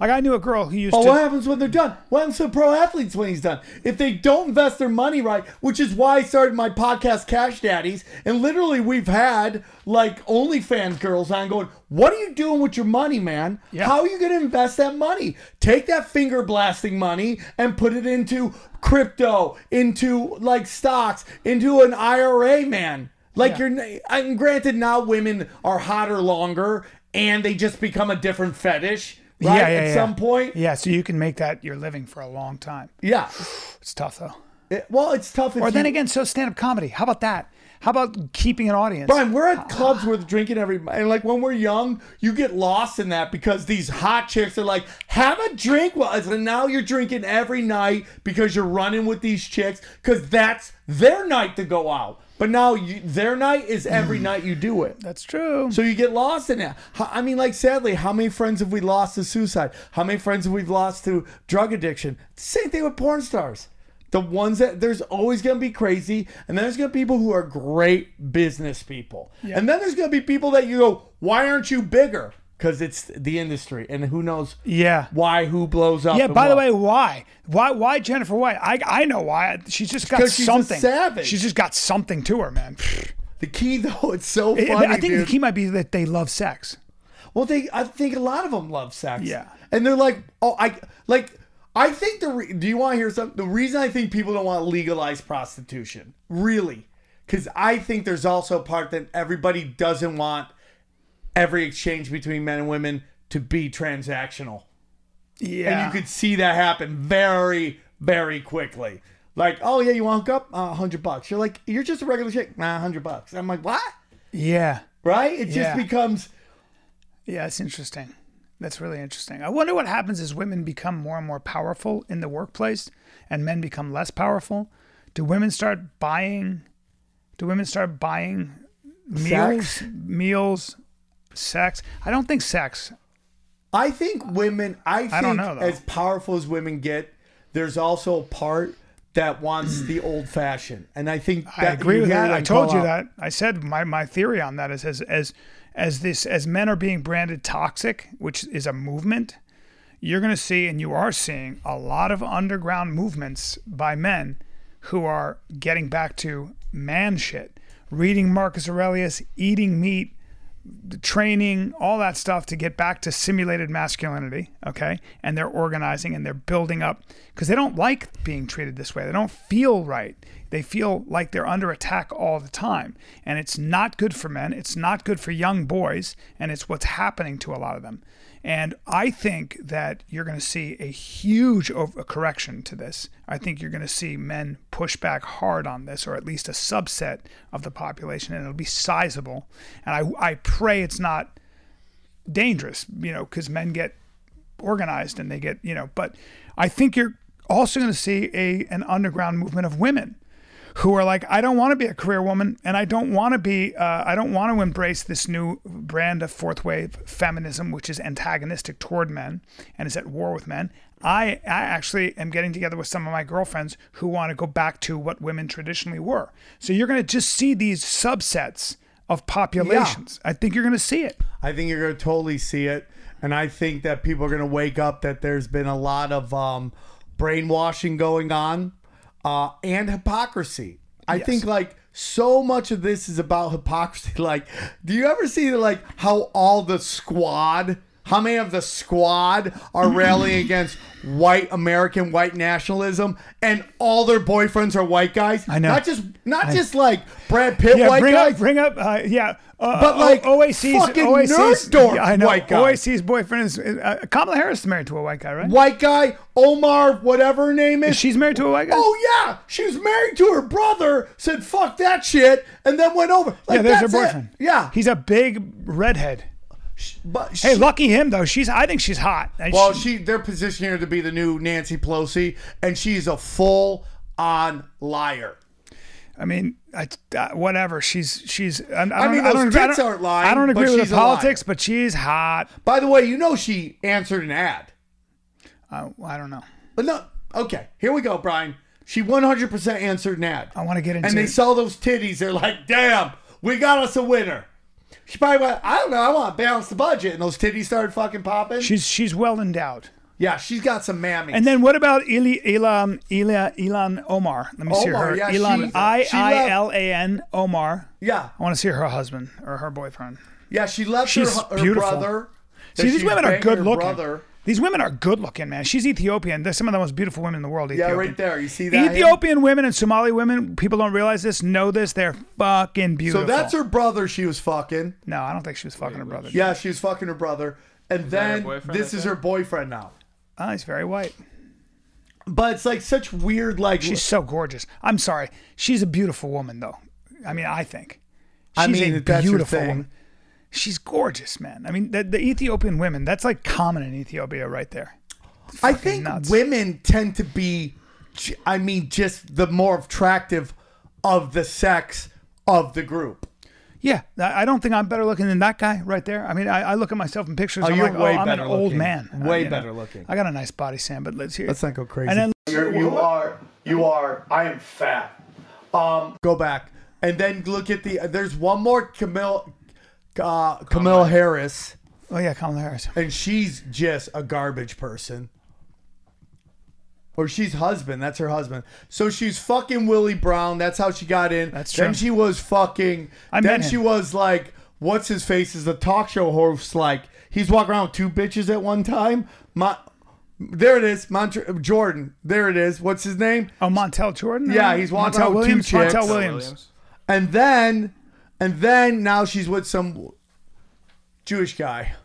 Speaker 2: Like I knew a girl who used
Speaker 1: But
Speaker 2: to.
Speaker 1: what happens when they're done? What happens to the pro athletes when he's done? If they don't invest their money right, which is why I started my podcast, Cash Daddies, and literally we've had like OnlyFans girls on going, "What are you doing with your money, man?
Speaker 2: Yeah.
Speaker 1: How are you going to invest that money? Take that finger blasting money and put it into crypto, into like stocks, into an IRA, man." Like you're, n- and granted now women are hotter longer, and they just become a different fetish, right?
Speaker 2: yeah, yeah,
Speaker 1: At
Speaker 2: yeah.
Speaker 1: some point,
Speaker 2: Yeah, so you can make that your living for a long time.
Speaker 1: yeah.
Speaker 2: It's tough though.
Speaker 1: It- well, it's tough. If
Speaker 2: Or then
Speaker 1: you-
Speaker 2: again, so stand up comedy. How about that? How about keeping an audience?
Speaker 1: Brian, we're at clubs
Speaker 2: Ah.
Speaker 1: where we're drinking every, and like when we're young, you get lost in that because these hot chicks are like, "Have a drink," well, and now you're drinking every night because you're running with these chicks because that's their night to go out. But now you, their night is
Speaker 2: Mm.
Speaker 1: every night you do it.
Speaker 2: That's true.
Speaker 1: So you get lost in it. How- I mean, like, sadly, how many friends have we lost to suicide? How many friends have we lost to drug addiction? Same thing with porn stars. The ones that there's always going to be crazy, and then there's going to be people who are great business people. And then there's going to be people that you go, why aren't you bigger? Because it's the industry, and who knows
Speaker 2: yeah.
Speaker 1: why, who blows up.
Speaker 2: Yeah.
Speaker 1: and
Speaker 2: By the
Speaker 1: what.
Speaker 2: way, why? Why? Why Jennifer White? I I know why. She's just got
Speaker 1: 'Cause she's a
Speaker 2: something.
Speaker 1: savage.
Speaker 2: She's just got something to her, man.
Speaker 1: the key though, it's so funny.
Speaker 2: I think the
Speaker 1: dude.
Speaker 2: key might be that they love sex.
Speaker 1: Well, they I think a lot of them love sex.
Speaker 2: Yeah.
Speaker 1: and they're like, oh, I like. I think the re- do you want to hear something? The reason I think people don't want to legalize prostitution, really, because I think there's also a part that everybody doesn't want every exchange between men and women
Speaker 5: to be transactional.
Speaker 2: Yeah.
Speaker 5: And you could see that happen very, very quickly. Like, oh yeah, you want to hook up? Uh, hundred bucks. You're like, you're just a regular chick. Nah, hundred bucks. I'm like, what?
Speaker 2: yeah.
Speaker 5: Right? It just
Speaker 2: Yeah.
Speaker 5: becomes
Speaker 2: Yeah, that's interesting. That's really interesting. I wonder what happens as women become more and more powerful in the workplace and men become less powerful. Do women start buying do women start buying meals
Speaker 5: Sex?
Speaker 2: meals sex? I don't think sex.
Speaker 5: I think women. I think
Speaker 2: don't know, though.
Speaker 5: as powerful as women get, there's also a part that wants the old fashioned, and I think that
Speaker 2: I agree
Speaker 5: you
Speaker 2: with
Speaker 5: hear
Speaker 2: that.
Speaker 5: it
Speaker 2: I
Speaker 5: on
Speaker 2: told
Speaker 5: Call
Speaker 2: you
Speaker 5: Out.
Speaker 2: that. I said my, my theory on that is as as as this as men are being branded toxic, which is a movement, you're going to see and you are seeing a lot of underground movements by men who are getting back to man shit, reading Marcus Aurelius, eating meat, training, all that stuff to get back to simulated masculinity, okay? And they're organizing and they're building up because they don't like being treated this way. They don't feel right. They feel like they're under attack all the time. And it's not good for men, it's not good for young boys, and it's what's happening to a lot of them. And I think that you're going to see a huge over- correction to this. I think you're going to see men push back hard on this, or at least a subset of the population, and it'll be sizable. And I, I pray it's not dangerous, you know, because men get organized and they get, you know, but I think you're also going to see a an underground movement of women who are like, I don't want to be a career woman, and I don't want to be, uh, I don't want to embrace this new brand of fourth wave feminism, which is antagonistic toward men and is at war with men. I, I actually am getting together with some of my girlfriends who want to go back to what women traditionally were. So you're going to just see these subsets of populations. I think you're going to see it.
Speaker 1: I think you're going to totally see it. And I think that people are going to wake up that there's been a lot of um, brainwashing going on uh, and hypocrisy. I think like so much of this is about hypocrisy. Like, do you ever see like how all the squad, how many of the squad are rallying against white American white nationalism and all their boyfriends are white guys? I
Speaker 2: know.
Speaker 1: Not just not just like Brad Pitt
Speaker 2: Yeah,
Speaker 1: white
Speaker 2: bring
Speaker 1: guys.
Speaker 2: up, bring up, uh, yeah. Uh,
Speaker 1: But,
Speaker 2: uh,
Speaker 1: like,
Speaker 2: OAC's,
Speaker 1: fucking
Speaker 2: OAC's,
Speaker 1: nerd dork
Speaker 2: yeah, I know.
Speaker 1: white guy.
Speaker 2: OAC's boyfriend is uh, Kamala Harris is married to a white guy, right?
Speaker 1: white guy, Omar, whatever her name is.
Speaker 2: She's married to a white guy.
Speaker 1: Oh yeah, she was married to her brother. Said fuck that shit, and then went over. Like,
Speaker 2: yeah, there's her
Speaker 1: that's it.
Speaker 2: boyfriend.
Speaker 1: Yeah,
Speaker 2: he's a big redhead.
Speaker 1: but
Speaker 2: Hey, lucky him though. She's I think she's hot. And
Speaker 1: well, she
Speaker 2: she-
Speaker 1: they're positioning her to be the new Nancy Pelosi, and she's a full on liar.
Speaker 2: I mean, I, uh, whatever. She's she's. I, I, don't,
Speaker 1: mean,
Speaker 2: I
Speaker 1: those
Speaker 2: don't, I
Speaker 1: tits
Speaker 2: don't-
Speaker 1: aren't lying,
Speaker 2: I don't
Speaker 1: but
Speaker 2: agree with
Speaker 1: she's
Speaker 2: the
Speaker 1: a liar.
Speaker 2: politics, but she's hot.
Speaker 1: By the way, you know she answered an ad,
Speaker 2: Uh, I don't know.
Speaker 1: but no. Okay, here we go, Brian. She 100% answered an ad.
Speaker 2: I want to get into.
Speaker 1: and they saw those titties. They're like, damn, we got us a winner. She probably went, I don't know, I want to balance the budget. And those titties started fucking popping.
Speaker 2: she's she's well endowed.
Speaker 1: yeah, she's got some mammy.
Speaker 2: And then what about Ili, Ilan, Ila, Ilan Omar? Let me see
Speaker 1: Omar,
Speaker 2: her.
Speaker 1: yeah,
Speaker 2: Ilan
Speaker 1: she-
Speaker 2: I
Speaker 1: she left-
Speaker 2: I L A N Omar.
Speaker 1: yeah,
Speaker 2: I want to see her husband or her boyfriend.
Speaker 1: yeah, she left
Speaker 2: She's
Speaker 1: her, her
Speaker 2: beautiful.
Speaker 1: brother. that
Speaker 2: See, these
Speaker 1: she's
Speaker 2: women are
Speaker 1: banging
Speaker 2: good
Speaker 1: her
Speaker 2: looking.
Speaker 1: Brother.
Speaker 2: These women are good looking, man. She's Ethiopian. They're some of the most beautiful women in the world.
Speaker 1: Yeah,
Speaker 2: Ethiopian.
Speaker 1: right there. You see that?
Speaker 2: Ethiopian women and Somali women, people don't realize this, know this. They're fucking
Speaker 1: So
Speaker 2: beautiful.
Speaker 1: that's her brother she was fucking.
Speaker 2: No, I don't think she was fucking her brother.
Speaker 1: Yeah, she was fucking her brother. And
Speaker 6: her
Speaker 1: then
Speaker 6: boyfriend,
Speaker 1: this
Speaker 6: I
Speaker 1: is
Speaker 6: think?
Speaker 1: her boyfriend now.
Speaker 2: Oh, he's very white.
Speaker 1: But it's like such weird, like,
Speaker 2: She's so gorgeous. I'm sorry. She's a beautiful woman, though. I mean, I think. She's
Speaker 1: I mean,
Speaker 2: a
Speaker 1: if that's your
Speaker 2: beautiful
Speaker 1: thing.
Speaker 2: woman. She's gorgeous, man. I mean, the, the Ethiopian women, that's like common in Ethiopia right there.
Speaker 1: I think
Speaker 2: nuts.
Speaker 1: women tend to be, j- I mean, just the more attractive of the sex of the group.
Speaker 2: Yeah, I I don't think I'm better looking than that guy right there. I mean, I, I look at myself in pictures. I'm
Speaker 1: you're
Speaker 2: like,
Speaker 1: way
Speaker 2: oh, I'm an
Speaker 1: better
Speaker 2: old
Speaker 1: looking.
Speaker 2: man. Uh,
Speaker 1: Way
Speaker 2: you know,
Speaker 1: better looking.
Speaker 2: I got a nice body, Sam. But let's hear.
Speaker 1: Let's not go crazy.
Speaker 2: And then
Speaker 1: You're, you are. You are. I am fat. Um, go back and then look at the. There's one more Camille, uh, Camille Harris,
Speaker 2: oh yeah, Kamala Harris.
Speaker 1: and she's just a garbage person. Or she's husband. That's her husband. So she's fucking Willie Brown. That's how she got in.
Speaker 2: That's
Speaker 1: Then
Speaker 2: true.
Speaker 1: she was fucking.
Speaker 2: I
Speaker 1: then
Speaker 2: met him.
Speaker 1: she was like, what's his face? Is the talk show host like he's walking around with two bitches at one time? My, there it is, Montre- Jordan. There it is. What's his name?
Speaker 2: Oh, Montel Jordan.
Speaker 1: Yeah,
Speaker 2: Uh,
Speaker 1: he's walking
Speaker 2: Montel
Speaker 1: around with two
Speaker 2: Williams.
Speaker 1: chicks.
Speaker 2: Montel
Speaker 1: Montel
Speaker 2: Williams.
Speaker 1: and then and then now she's with some Jewish guy.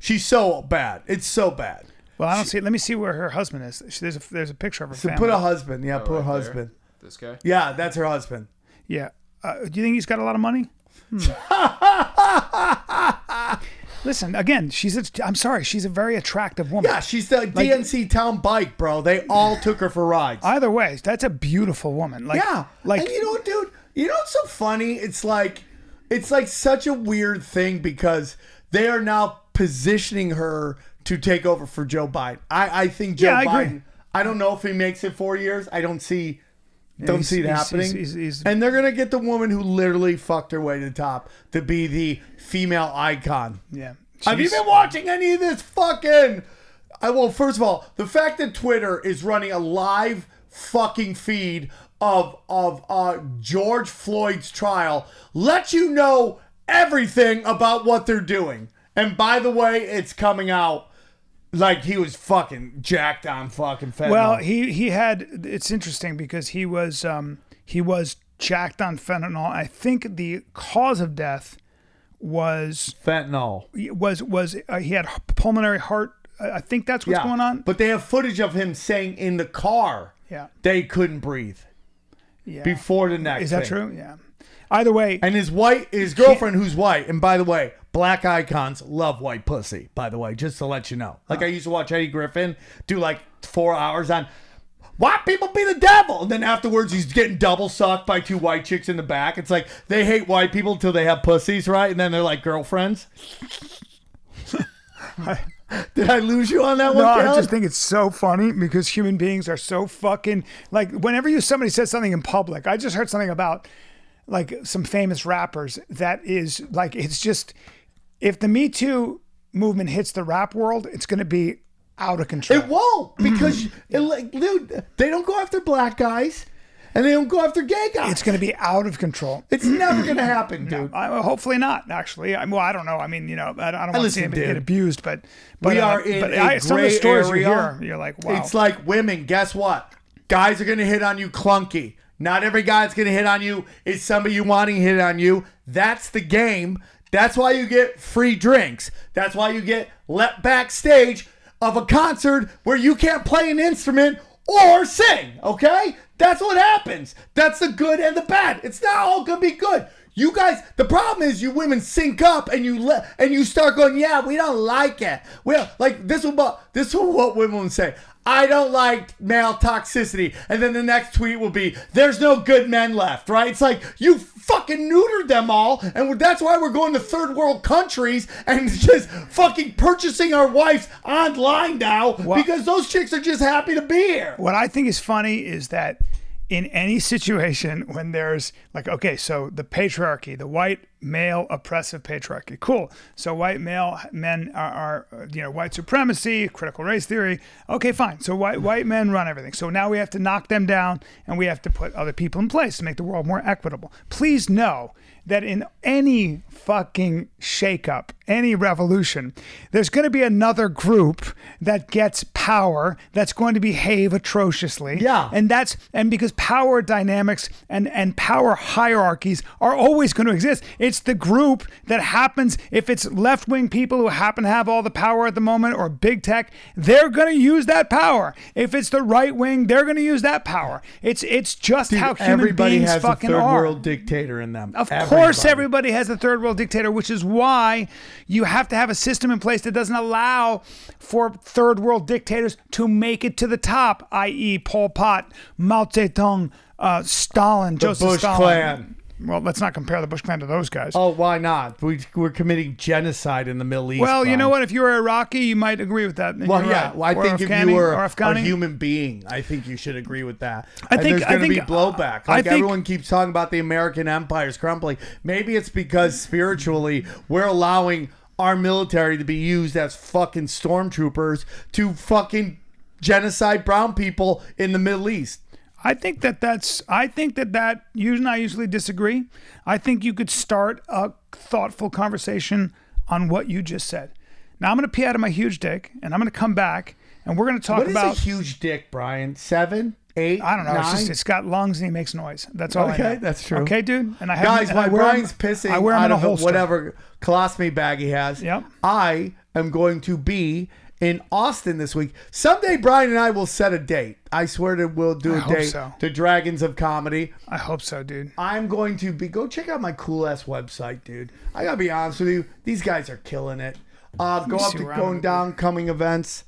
Speaker 1: She's so bad. It's so bad.
Speaker 2: Well, I don't see. Let me see where her husband is. She- There's a there's a picture of her family.
Speaker 1: Put a husband. Yeah, put
Speaker 4: Oh, right
Speaker 1: a
Speaker 4: there.
Speaker 1: husband.
Speaker 4: This guy.
Speaker 1: Yeah, that's her husband.
Speaker 2: yeah. Uh, do you think he's got a lot of money? Hmm. Listen again. She's. A, I'm sorry. She's a very attractive woman.
Speaker 1: Yeah, she's the DNC town bike, bro. They all took her for rides.
Speaker 2: Either way, that's a beautiful woman. Like,
Speaker 1: Yeah.
Speaker 2: Like
Speaker 1: and you know what, dude? You know what's so funny? It's like it's like such a weird thing because they are now positioning her to take over for Joe Biden. I, I think Joe
Speaker 2: Yeah, I
Speaker 1: Biden
Speaker 2: agree.
Speaker 1: I don't know if he makes it four years. I don't see don't
Speaker 2: he's-
Speaker 1: see it
Speaker 2: he's-
Speaker 1: happening.
Speaker 2: he's- he's-
Speaker 1: and they're gonna get the woman who literally fucked her way to the top to be the female icon.
Speaker 2: yeah.
Speaker 1: Have you
Speaker 2: She's-
Speaker 1: been watching any of this fucking? I well, first of all, the fact that Twitter is running a live fucking feed of of uh, George Floyd's trial lets you know everything about what they're doing. And by the way, it's coming out like he was fucking jacked on fucking fentanyl.
Speaker 2: Well, he he had. It's interesting because he was um he was jacked on fentanyl. I think the cause of death was
Speaker 1: fentanyl.
Speaker 2: was was uh, he had pulmonary heart. I I think that's what's going on.
Speaker 1: But they have footage of him saying in the car
Speaker 2: yeah.
Speaker 1: they couldn't breathe
Speaker 2: Yeah.
Speaker 1: before the next.
Speaker 2: Is that
Speaker 1: thing.
Speaker 2: true? Yeah. Either way,
Speaker 1: And his white, his girlfriend, who's white, and by the way, black icons love white pussy. By the way, just to let you know, like I used to watch Eddie Griffin do like four hours on white people be the devil, and then afterwards he's getting double sucked by two white chicks in the back. It's like they hate white people until they have pussies, right? And then they're like girlfriends. Did I lose you on that
Speaker 2: no,
Speaker 1: one?
Speaker 2: I
Speaker 1: Cal?
Speaker 2: just think it's so funny because human beings are so fucking like. Whenever you somebody says something in public, I just heard something about like some famous rappers that is like it's just if the Me Too movement hits the rap world, it's going to be out of control.
Speaker 1: It won't because it, like, dude, they don't go after black guys, and they don't go after gay guys.
Speaker 2: it's going to be out of control.
Speaker 1: It's never gonna happen, dude.
Speaker 2: I, hopefully not. Actually, I, well, I don't know. I mean, you know, I, I don't want to see
Speaker 1: listen,
Speaker 2: him get
Speaker 1: dude.
Speaker 2: abused, but but
Speaker 1: We
Speaker 2: uh,
Speaker 1: are in
Speaker 2: but
Speaker 1: a
Speaker 2: I, some of the
Speaker 1: gray
Speaker 2: stories you
Speaker 1: area.
Speaker 2: hear, you're like, wow.
Speaker 1: It's like women. Guess what? Guys are gonna hit on you clunky. Not every guy that's gonna hit on you is somebody you wanting to hit on you. That's the game. That's why you get free drinks. That's why you get let backstage of a concert where you can't play an instrument or sing. Okay, that's what happens. That's the good and the bad. It's not all gonna be good. You guys, the problem is you women sync up and you let and you start going, yeah, we don't like it. Well, like this will bu- this will what women would say. I don't like male toxicity, and then the next tweet will be, "There's no good men left." Right? It's like you fucking neutered them all, and we're- that's why we're going to third world countries and just fucking purchasing our wives online now because those chicks are just happy to be here.
Speaker 2: what I think is funny is that in any situation when there's like okay so the patriarchy the white male oppressive patriarchy cool so white male men are, are you know white supremacy critical race theory okay fine so white white men run everything so now we have to knock them down and we have to put other people in place to make the world more equitable please know that in any fucking shakeup, any revolution, there's going to be another group that gets power that's going to behave atrociously.
Speaker 1: Yeah.
Speaker 2: And that's and because power dynamics and and power hierarchies are always going to exist. It's the group that happens if it's left-wing people who happen to have all the power at the moment or big tech, they're going to use that power. If it's the right wing, they're going to use that power. It's it's just how human
Speaker 1: Everybody
Speaker 2: beings
Speaker 1: has a
Speaker 2: fucking
Speaker 1: third
Speaker 2: are.
Speaker 1: world dictator in them.
Speaker 2: Of course, everybody has a third world dictator, which is why you have to have a system in place that doesn't allow for third world dictators to make it to the top, i.e., Pol Pot, Mao Zedong, uh, Stalin, Joseph
Speaker 1: Bush
Speaker 2: Stalin.
Speaker 1: Klan.
Speaker 2: Well, let's not compare the Bush Clan to those guys.
Speaker 1: Oh, why not? We, we're committing genocide in the Middle East.
Speaker 2: well, you
Speaker 1: bro.
Speaker 2: know what? If you were Iraqi, you might agree with that.
Speaker 1: Well,
Speaker 2: You're
Speaker 1: Oh, yeah.
Speaker 2: right.
Speaker 1: Well, I
Speaker 2: Or
Speaker 1: think if
Speaker 2: Afghani-
Speaker 1: you were
Speaker 2: or
Speaker 1: a
Speaker 2: Afghani.
Speaker 1: human being, I think you should agree with that.
Speaker 2: I
Speaker 1: And
Speaker 2: think-
Speaker 1: there's
Speaker 2: I
Speaker 1: going to be
Speaker 2: think-
Speaker 1: blowback.
Speaker 2: I
Speaker 1: Like
Speaker 2: think-
Speaker 1: everyone keeps talking about the American empire is crumbling. Maybe it's because spiritually we're allowing our military to be used as fucking stormtroopers to fucking genocide brown people in the Middle East.
Speaker 2: I think that that's. I think that that. You and I usually disagree. I think you could start a thoughtful conversation on what you just said. Now I'm going to pee out of my huge dick, and I'm going to come back, and we're going to talk
Speaker 1: What is
Speaker 2: about.
Speaker 1: a huge dick, Brian? Seven, eight,
Speaker 2: I don't know. It's
Speaker 1: nine?
Speaker 2: just it's got lungs and he makes noise. That's all. I
Speaker 1: Okay,
Speaker 2: know.
Speaker 1: that's true.
Speaker 2: Okay, dude. And I have
Speaker 1: guys,
Speaker 2: and I
Speaker 1: while
Speaker 2: wear 'em-
Speaker 1: Brian's pissing
Speaker 2: I wear 'em
Speaker 1: out
Speaker 2: in a
Speaker 1: of
Speaker 2: holster.
Speaker 1: whatever colostomy bag he has,
Speaker 2: Yep.
Speaker 1: I am going to be in Austin this week. Someday, Brian and I will set a date. I swear to we'll do a
Speaker 7: hope
Speaker 1: date
Speaker 7: so.
Speaker 1: to Dragons of Comedy.
Speaker 7: I hope so, dude.
Speaker 1: I'm going to be go check out my cool ass website, dude. I gotta be honest with you, these guys are killing it. Uh, go up
Speaker 7: see
Speaker 1: to
Speaker 7: where I'm gonna
Speaker 1: going
Speaker 7: be.
Speaker 1: down coming events,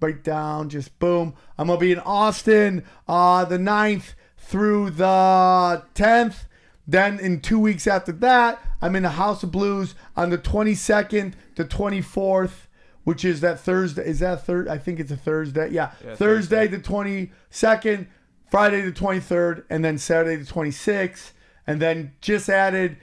Speaker 1: right down, just boom. I'm gonna be in Austin, uh, the 9th through the tenth. Then in two weeks after that, I'm in the House of Blues on the 22nd to 24th, which is that Thursday. Is that third? I think it's a Thursday. Yeah, Thursday the 22nd. Friday the 23rd, and then Saturday the 26th, and then just added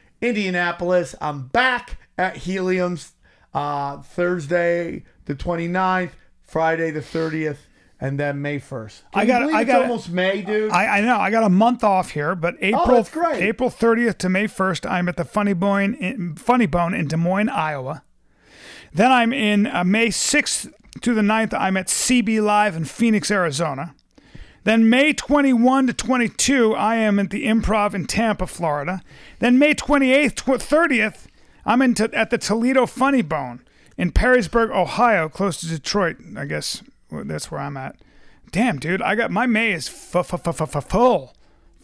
Speaker 1: Indianapolis. I'm back at Helium's uh, Thursday the 29th, Friday the 30th, and then May 1st. Can
Speaker 2: I
Speaker 1: you
Speaker 2: gotta-
Speaker 1: believe
Speaker 2: I
Speaker 1: it's
Speaker 2: gotta-
Speaker 1: almost May, dude.
Speaker 2: I, I know I got a month off here, but April
Speaker 1: Oh, that's great.
Speaker 2: April 30th to May 1st, I'm at the Funny Bone in, Funny Bone in Des Moines, Iowa. Then I'm in uh, May 6th to the 9th, I'm at CB Live in Phoenix, Arizona. Then May 21 to 22, I am at the Improv in Tampa, Florida. Then May 28th to 30th, I'm in to at the Toledo Funny Bone in Perrysburg, Ohio, close to Detroit. I guess well, that's where I'm at. Damn, dude, I got my May is fu- fu- fu- fu- fu- full.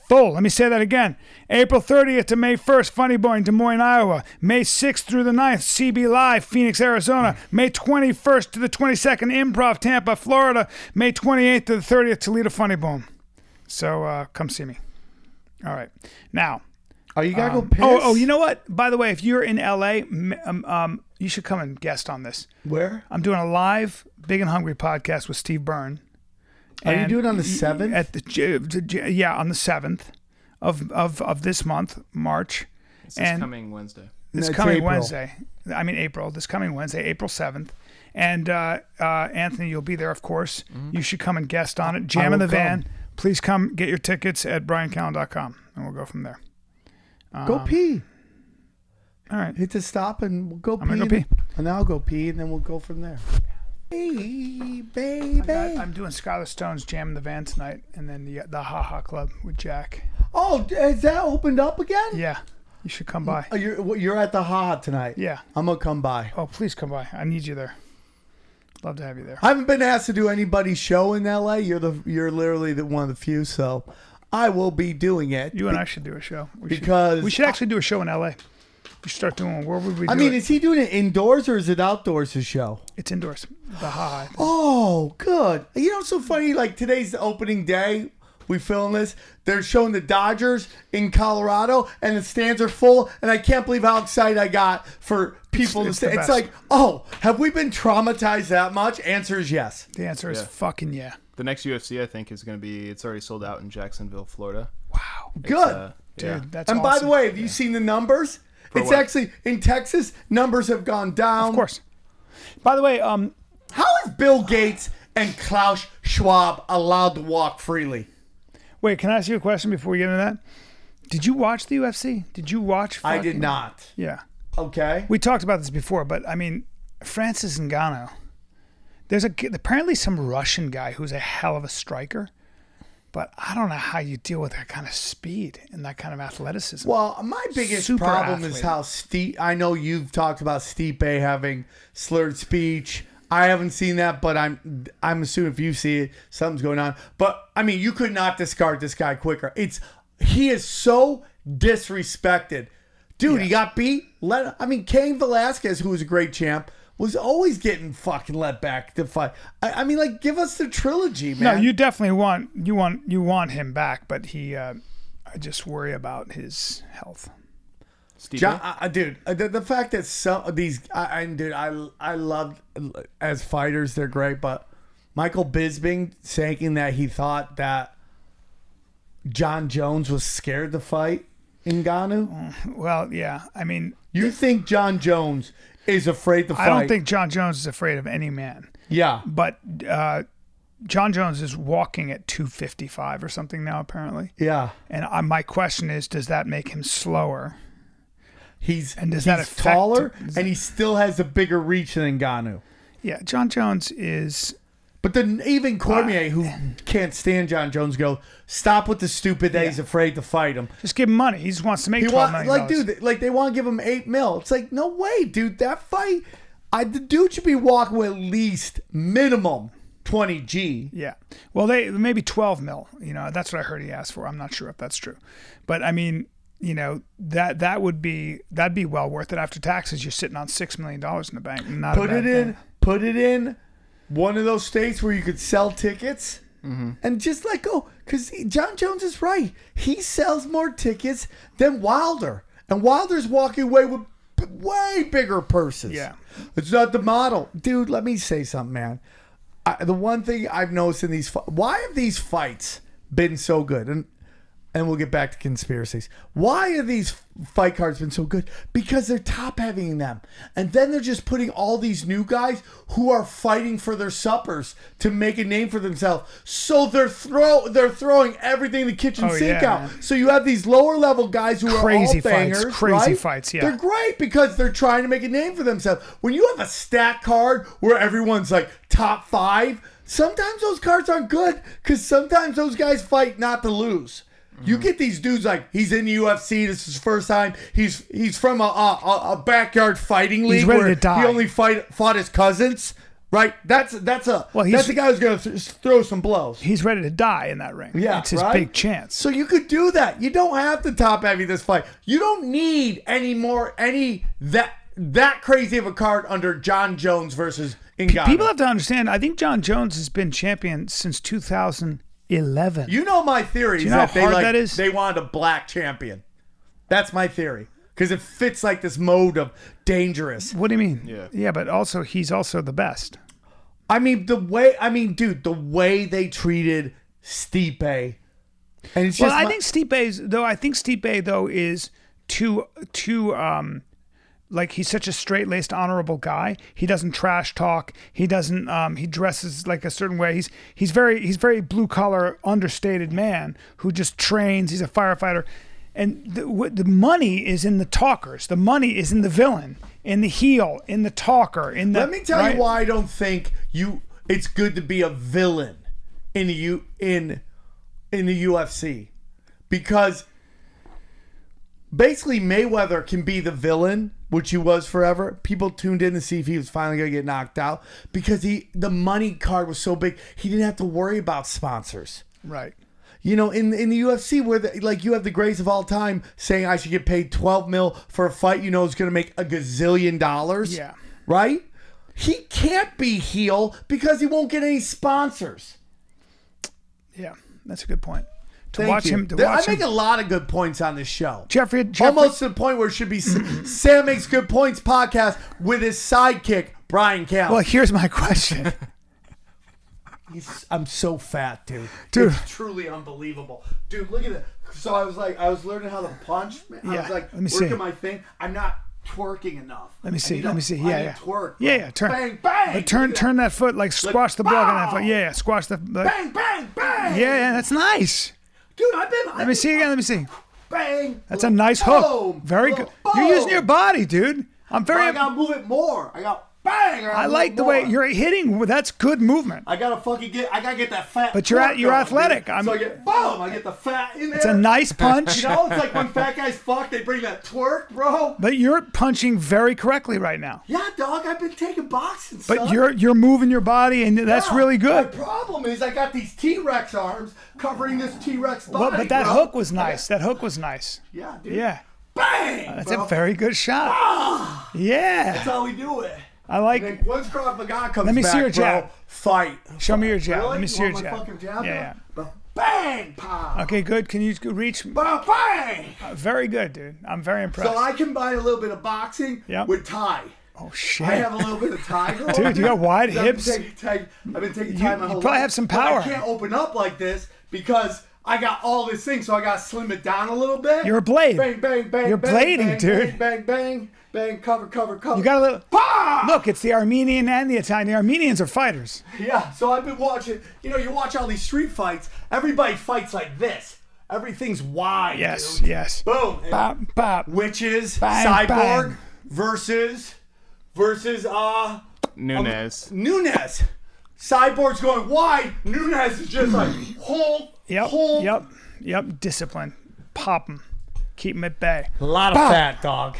Speaker 2: Full. Let me say that again. April 30th to May 1st, Funny Boy in Des Moines, Iowa. May 6th through the 9th, CB Live, Phoenix, Arizona. May 21st to the 22nd, Improv, Tampa, Florida. May 28th to the 30th, Toledo Funny Bone. So uh, come see me. All right. Now,
Speaker 1: oh, you gotta go piss.
Speaker 2: oh, oh, you know what? By the way, if you're in LA, m- um, um, you should come and guest on this.
Speaker 1: where
Speaker 2: I'm doing a live Big and Hungry podcast with Steve Byrne.
Speaker 1: are you
Speaker 2: And
Speaker 1: doing on the seventh?
Speaker 2: At the J- J- yeah, on the seventh of of of this month, March.
Speaker 4: This
Speaker 2: and
Speaker 4: is coming Wednesday.
Speaker 2: this
Speaker 1: it's
Speaker 2: coming
Speaker 1: April.
Speaker 2: Wednesday. I mean April. This coming Wednesday, April seventh. And uh, uh, Anthony, you'll be there, of course. You should come and guest on it. Jam in the
Speaker 1: will
Speaker 2: van. Please come get your tickets at briancallen.com and we'll go from there.
Speaker 1: go pee.
Speaker 2: All right.
Speaker 1: Um, Hit the stop and we'll go pee.
Speaker 2: gonna
Speaker 1: and-
Speaker 2: pee.
Speaker 1: And I'll go pee, and then we'll go from there. Hey, baby.
Speaker 2: I- I'm doing Skylar Stone's Jam in the Van tonight and then the, the Ha Ha Club with Jack.
Speaker 1: oh, is that opened up again?
Speaker 2: Yeah. You should come by.
Speaker 1: Oh, you're well, you're at the haha tonight.
Speaker 2: Yeah.
Speaker 1: I'm gonna come by.
Speaker 2: Oh, please come by. I need you there. Love to have you there.
Speaker 1: I haven't been asked to do anybody's show in LA. You're the you're literally the one of the few, so I will be doing it.
Speaker 2: You and I should do a show. We
Speaker 1: Because-
Speaker 2: should, we should actually do a show in LA. We should start doing one. Where would we? Do
Speaker 1: I mean,
Speaker 2: it?
Speaker 1: is he doing it indoors or is it outdoors? His show?
Speaker 2: it's indoors. The ha. ha.
Speaker 1: Oh, good. You know, it's so funny. Like today's the opening day. We filming this. They're showing the Dodgers in Colorado, and the stands are full. And I can't believe how excited I got for people.
Speaker 2: it's
Speaker 1: to sta-
Speaker 2: the
Speaker 1: it's
Speaker 2: best.
Speaker 1: like, oh, have we been traumatized that much? Answer is yes.
Speaker 2: The answer is fucking yeah.
Speaker 4: The next UFC, I think, is going to be. It's already sold out in Jacksonville, Florida.
Speaker 2: Wow, dude,
Speaker 1: Good.
Speaker 4: Uh, yeah.
Speaker 2: that's
Speaker 1: And by
Speaker 2: awesome.
Speaker 1: the way, have you seen the numbers? it's
Speaker 4: what?
Speaker 1: actually in Texas, numbers have gone down.
Speaker 2: of course. By the way, um,
Speaker 1: How is Bill Gates and Klaus Schwab allowed to walk freely?
Speaker 2: wait, can I ask you a question before we get into that? Did you watch the UFC? Did you watch?
Speaker 1: I
Speaker 2: fucking-
Speaker 1: did not.
Speaker 2: Yeah,
Speaker 1: Okay.
Speaker 2: we talked about this before, but I mean, Francis Ngannou. There's a g- apparently some Russian guy who's a hell of a striker, but I don't know how you deal with that kind of speed and that kind of athleticism.
Speaker 1: Well, my biggest
Speaker 2: Super
Speaker 1: problem is
Speaker 2: athlete.
Speaker 1: how steep. I know you've talked about Stipe having slurred speech. I haven't seen that, but I'm I'm assuming if you see it, something's going on. But I mean, you could not discard this guy quicker. It's he is so disrespected, dude. He got beat. Let I mean, Cain Velasquez, who was a great champ, was always getting fucking let back to fight. I, I mean, like, give us the trilogy,
Speaker 2: No,
Speaker 1: man.
Speaker 2: you definitely want you want you want him back, but he. Uh, I just worry about his health.
Speaker 4: Steve,
Speaker 1: John, I, I- dude, uh, the, the fact that some of these, I, I dude, I I love as fighters they're great, but Michael Bisping saying that he thought that John Jones was scared to fight Ngannou.
Speaker 2: Well, yeah. I mean,
Speaker 1: You think John Jones is afraid to fight?
Speaker 2: I don't think John Jones is afraid of any man,
Speaker 1: Yeah,
Speaker 2: but uh, John Jones is walking at 255 or something now, apparently.
Speaker 1: yeah.
Speaker 2: And I, my question is, does that make him slower?
Speaker 1: He's
Speaker 2: And does
Speaker 1: he's
Speaker 2: that affect-
Speaker 1: taller, and he still has a bigger reach than Ngannou.
Speaker 2: Yeah, John Jones is.
Speaker 1: But then even
Speaker 2: Uh,
Speaker 1: Cormier, who can't stand John Jones, go stop with the stupid that he's afraid to fight him.
Speaker 2: Just give him money. He just wants to make
Speaker 1: He
Speaker 2: twelve
Speaker 1: want,
Speaker 2: million.
Speaker 1: like, dude, they- like they want to give him eight mil. It's like, no way, dude. That fight, I, the dude should be walking with at least minimum 20 G.
Speaker 2: Yeah. Well, they maybe 12 mil. You know, that's what I heard he asked for. I'm not sure if that's true, but I mean, you know, that that would be that'd be well worth it after taxes. You're sitting on six million dollars in the bank. Not a
Speaker 1: Put
Speaker 2: bad
Speaker 1: it in,
Speaker 2: thing.
Speaker 1: put it in one of those states where you could sell tickets
Speaker 2: Mm-hmm.
Speaker 1: and just let go. Because John Jones is right. He sells more tickets than Wilder. And Wilder's walking away with p- way bigger purses.
Speaker 2: Yeah.
Speaker 1: It's not the model. Dude, let me say something, man. I, the one thing I've noticed in these, fi- why have these fights been so good? And and we'll get back to conspiracies. Why have these fight cards been so good? Because they're top heavying them, and then they're just putting all these new guys who are fighting for their suppers to make a name for themselves. So they're throw they're throwing everything the kitchen
Speaker 2: Oh,
Speaker 1: sink
Speaker 2: yeah,
Speaker 1: out.
Speaker 2: man.
Speaker 1: So you have these lower level guys who
Speaker 2: Crazy
Speaker 1: are all
Speaker 2: fights,
Speaker 1: bangers,
Speaker 2: crazy
Speaker 1: right?
Speaker 2: fights, yeah.
Speaker 1: they're great because they're trying to make a name for themselves. When you have a stat card where everyone's like top five, sometimes those cards aren't good because sometimes those guys fight not to lose.
Speaker 2: Mm-hmm.
Speaker 1: You get these dudes like he's in the UFC. This is his first time. He's he's from a a, a- a backyard fighting league
Speaker 2: ready
Speaker 1: where
Speaker 2: to die.
Speaker 1: he only fight fought his cousins. Right? That's that's a
Speaker 2: Well, he's-
Speaker 1: that's a guy who's gonna th- throw some blows.
Speaker 2: He's ready to die in that ring.
Speaker 1: Yeah,
Speaker 2: it's his
Speaker 1: right?
Speaker 2: big chance.
Speaker 1: So you could do that. You don't have to top heavy this fight. You don't need any more any that that crazy of a card under John Jones versus Ngannou.
Speaker 2: People have to understand. I think John Jones has been champion since 2011.
Speaker 1: you know my theory is
Speaker 2: know
Speaker 1: that
Speaker 2: how
Speaker 1: they
Speaker 2: hard
Speaker 1: like
Speaker 2: that is?
Speaker 1: they wanted a black champion. That's my theory because it fits like this mode of dangerous.
Speaker 2: what do you mean?
Speaker 4: Yeah.
Speaker 2: Yeah, but also he's also the best.
Speaker 1: I mean the way I mean, dude, the way they treated Stipe, and it's just
Speaker 2: Well, I
Speaker 1: my-
Speaker 2: think Stipe's though. I think Stipe though is too too um like he's such a straight laced, honorable guy. He doesn't trash talk. He doesn't. Um, he dresses like a certain way. He's he's very he's very blue collar, understated man who just trains. He's a firefighter, and the, wh- the money is in the talkers. The money is in the villain, in the heel, in the talker. In the
Speaker 1: Let me tell
Speaker 2: right?
Speaker 1: you why I don't think you. It's good to be a villain in the U, in in the UFC because basically Mayweather can be the villain, which he was forever. People tuned in to see if he was finally going to get knocked out because he the money card was so big he didn't have to worry about sponsors.
Speaker 2: Right.
Speaker 1: You know, in in the UFC, where the, like you have the greatest of all time saying I should get paid twelve mil for a fight, you know, is going to make a gazillion dollars.
Speaker 2: Yeah.
Speaker 1: right. He can't be heel because he won't get any sponsors.
Speaker 2: Yeah, that's a good point. To
Speaker 1: Thank
Speaker 2: watch
Speaker 1: you.
Speaker 2: him. To
Speaker 1: There-
Speaker 2: watch
Speaker 1: I make
Speaker 2: him.
Speaker 1: a lot of good points on this show.
Speaker 2: Jeffrey, Jeffrey.
Speaker 1: Almost to the point where it should be S- Sam makes good points podcast with his sidekick Brian Campbell.
Speaker 2: Well, here's my question.
Speaker 1: He's- I'm so fat, dude.
Speaker 2: Dude.
Speaker 1: It's truly unbelievable. Dude, look at it. So I was like, I was learning how to punch. man. I
Speaker 2: Yeah,
Speaker 1: was like,
Speaker 2: let me see.
Speaker 1: working my thing. I'm not twerking enough.
Speaker 2: Let me see.
Speaker 1: I need
Speaker 2: Let
Speaker 1: to-
Speaker 2: me see.
Speaker 1: I
Speaker 2: Yeah,
Speaker 1: need
Speaker 2: yeah.
Speaker 1: to Twerk.
Speaker 2: Yeah, yeah. Turn.
Speaker 1: Bang, bang.
Speaker 2: But turn,
Speaker 1: Look at
Speaker 2: turn that foot. Like squash the block on that foot. Yeah, yeah. Squash the. Like,
Speaker 1: Bang, bang, bang.
Speaker 2: Yeah, yeah. That's nice.
Speaker 1: Dude, I've been. I've
Speaker 2: Let me see again. Let me see.
Speaker 1: Bang.
Speaker 2: That's a nice hook. Very good. You're using your body, dude. I'm
Speaker 1: I
Speaker 2: very.
Speaker 1: gotta move it more. I got bang. gotta
Speaker 2: I
Speaker 1: move
Speaker 2: like
Speaker 1: it
Speaker 2: the way
Speaker 1: more.
Speaker 2: you're hitting. That's good movement.
Speaker 1: I gotta fucking get. I gotta get that fat.
Speaker 2: But you're
Speaker 1: twerk
Speaker 2: at- you're
Speaker 1: going,
Speaker 2: athletic.
Speaker 1: Dude.
Speaker 2: I'm-
Speaker 1: so I get boom. I get the fat in there.
Speaker 2: It's a nice punch.
Speaker 1: You know, it's like when fat guys fuck, they bring that twerk, bro.
Speaker 2: But you're punching very correctly right now.
Speaker 1: Yeah, dog, I've been taking boxing.
Speaker 2: But
Speaker 1: son.
Speaker 2: you're you're moving your body, and that's
Speaker 1: Yeah.
Speaker 2: really
Speaker 1: My
Speaker 2: good.
Speaker 1: problem is I got these T Rex arms covering this T Rex body.
Speaker 2: Well, but that
Speaker 1: bro.
Speaker 2: hook was nice. That hook was nice.
Speaker 1: Yeah, dude.
Speaker 2: Yeah.
Speaker 1: Bang!
Speaker 2: That's
Speaker 1: bro.
Speaker 2: a very good
Speaker 1: Ah.
Speaker 2: shot. Yeah.
Speaker 1: That's how we do it.
Speaker 2: I like.
Speaker 1: Then once Krav Maga comes
Speaker 2: Let me see
Speaker 1: back,
Speaker 2: your jab.
Speaker 1: bro, fight.
Speaker 2: Show me your jab.
Speaker 1: Really?
Speaker 2: Let me
Speaker 1: You
Speaker 2: see your
Speaker 1: want my
Speaker 2: jab.
Speaker 1: fucking jab
Speaker 2: yeah,
Speaker 1: now?
Speaker 2: yeah.
Speaker 1: Bro, Bang! Pow!
Speaker 2: Okay, good. Can you g- reach?
Speaker 1: Bro, bang!
Speaker 2: Very good, dude. I'm very impressed.
Speaker 1: So I combine a little bit of boxing
Speaker 2: Yep.
Speaker 1: with Thai.
Speaker 2: oh shit!
Speaker 1: I have a little bit of Thai going.
Speaker 2: Dude, you got wide
Speaker 1: I've been
Speaker 2: hips.
Speaker 1: taking Thai- I've been taking time.
Speaker 2: you probably have some power.
Speaker 1: I can't open up like this because I got all this thing, so I got to slim it down a little bit.
Speaker 2: You're a blade.
Speaker 1: Bang, bang, bang.
Speaker 2: You're
Speaker 1: bang,
Speaker 2: blading,
Speaker 1: bang, Bang,
Speaker 2: dude.
Speaker 1: bang, bang, bang. Cover, cover, cover.
Speaker 2: you got a little.
Speaker 1: Bah!
Speaker 2: Look, it's the Armenian and the Italian. The Armenians are fighters.
Speaker 1: Yeah. So I've been watching. You know, you watch all these street fights. Everybody fights like this. Everything's wide.
Speaker 2: Yes,
Speaker 1: dude.
Speaker 2: yes.
Speaker 1: Boom. And
Speaker 2: Bop, bop.
Speaker 1: Witches.
Speaker 2: Bang,
Speaker 1: cyborg
Speaker 2: bang.
Speaker 1: versus versus uh
Speaker 4: Nunez.
Speaker 1: Nunez. Cyborg's going wide. Nunez is just like hold,
Speaker 2: Yep,
Speaker 1: hold.
Speaker 2: yep, yep. Discipline. Pop them. Keep them at bay.
Speaker 1: A lot of fat, dog.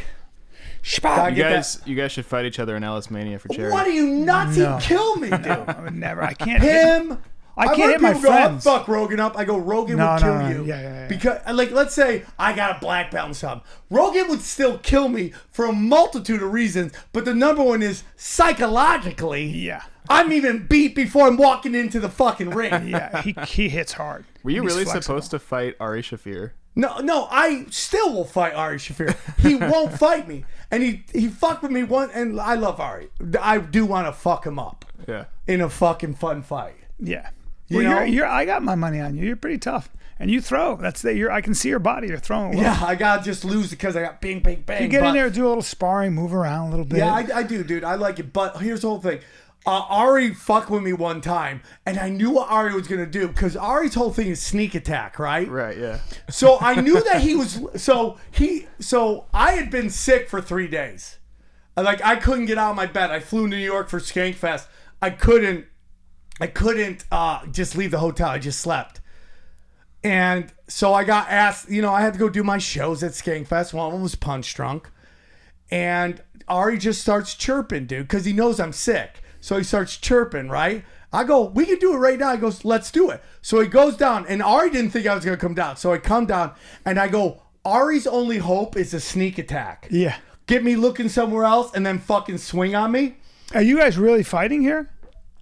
Speaker 7: Shpah.
Speaker 1: I
Speaker 4: You
Speaker 1: get that.
Speaker 4: guys, you guys should fight each other in Alice Mania for charity.
Speaker 1: What do you Nazi kill me, dude?
Speaker 2: I would never. I can't. hit-
Speaker 1: Him.
Speaker 2: I can't
Speaker 1: heard
Speaker 2: hit my
Speaker 1: people go, "Oh,
Speaker 2: friends."
Speaker 1: fuck Rogan up. I go, Rogan
Speaker 2: No,
Speaker 1: will
Speaker 2: no,
Speaker 1: kill
Speaker 2: no,
Speaker 1: you.
Speaker 2: yeah, yeah, yeah.
Speaker 1: Because, uh, like, let's say I got a black belt in something. Rogan would still kill me for a multitude of reasons, but the number one is psychologically.
Speaker 2: Yeah.
Speaker 1: I'm even beat before I'm walking into the fucking ring.
Speaker 2: yeah, he, he hits hard.
Speaker 4: Were you
Speaker 2: He's
Speaker 4: really
Speaker 2: flexible.
Speaker 4: supposed to fight Ari Shafir?
Speaker 1: No, no, I still will fight Ari Shafir. He won't fight me, and he he fucked with me one. And I love Ari. I do want to fuck him up
Speaker 4: Yeah.
Speaker 1: in a fucking fun fight.
Speaker 2: Yeah. well,
Speaker 1: know?
Speaker 2: you're, you're, I got my money on you. You're pretty tough, and you throw. That's the. You're, I can see your body. You're throwing. Well.
Speaker 1: Yeah, I gotta just lose because I got bing, bing, bang.
Speaker 2: You get
Speaker 1: but-
Speaker 2: in there, do a little sparring, move around a little bit.
Speaker 1: Yeah, I, I do, dude. I like it. But here's the whole thing. Uh, Ari fucked with me one time, and I knew what Ari was gonna do because Ari's whole thing is sneak attack, right?
Speaker 4: Right. Yeah.
Speaker 1: So I knew that he was. So he. So I had been sick for three days. I- Like I couldn't get out of my bed. I flew to New York for Skankfest. I couldn't. I couldn't uh, just leave the hotel. I just slept. And so I got asked. You know, I had to go do my shows at Skankfest. One of them was punch drunk, and Ari just starts chirping, dude, because he knows I'm sick. So he starts chirping, right? I go, we can do it right now. He goes, let's do it. So he goes down, and Ari didn't think I was gonna come down. So I come down, and I go, Ari's only hope is a sneak attack.
Speaker 2: Yeah.
Speaker 1: Get me looking somewhere else, and then fucking swing on me.
Speaker 2: Are you guys really fighting here?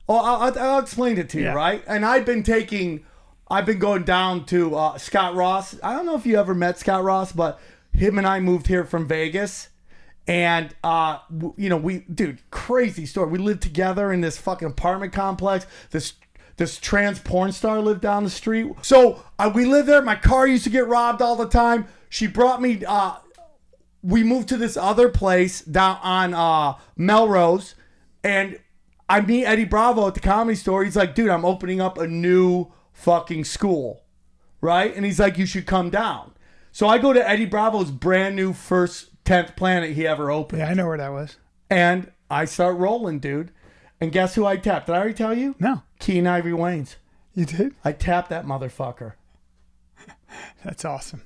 Speaker 1: Oh, I'll, I'll, I'll explain it to you,
Speaker 2: Yeah.
Speaker 1: right? And I've been taking, I've been going down to uh, Scott Ross. I don't know if you ever met Scott Ross, but him and I moved here from Vegas. And, uh, w- you know, we, dude, crazy story. We lived together in this fucking apartment complex. This, this trans porn star lived down the street. So I, we lived there. My car used to get robbed all the time. She brought me, uh, we moved to this other place down on uh, Melrose, and I meet Eddie Bravo at the comedy store. He's like, dude, I'm opening up a new fucking school, right? And he's like, you should come down. So I go to Eddie Bravo's brand new first 10th planet he ever opened,
Speaker 2: Yeah, I know where that was.
Speaker 1: and I start rolling, dude. And guess who I tapped? Did I already tell you?
Speaker 2: No,
Speaker 1: Keen Ivory Waynes.
Speaker 2: you did.
Speaker 1: I tapped that motherfucker.
Speaker 2: That's awesome.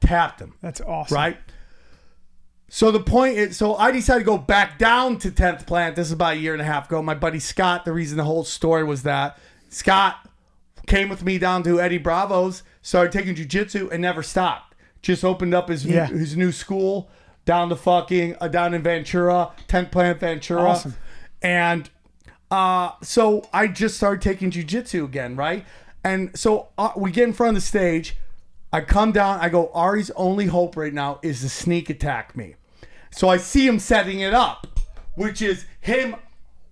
Speaker 1: Tapped him.
Speaker 2: That's awesome.
Speaker 1: right? So the point is, so I decided to go back down to 10th Planet. This is about a year and a half ago. My buddy Scott, the reason the whole story was that Scott came with me down to Eddie Bravo's, started taking jujitsu, and never stopped. Just opened up his
Speaker 2: Yeah.
Speaker 1: new, his new school down to fucking uh, down in Ventura, 10th Planet Ventura,
Speaker 2: Awesome.
Speaker 1: and uh, so I just started taking jujitsu again, right? And so uh, we get in front of the stage. I come down. I go, Ari's only hope right now is to sneak attack me. So I see him setting it up, which is him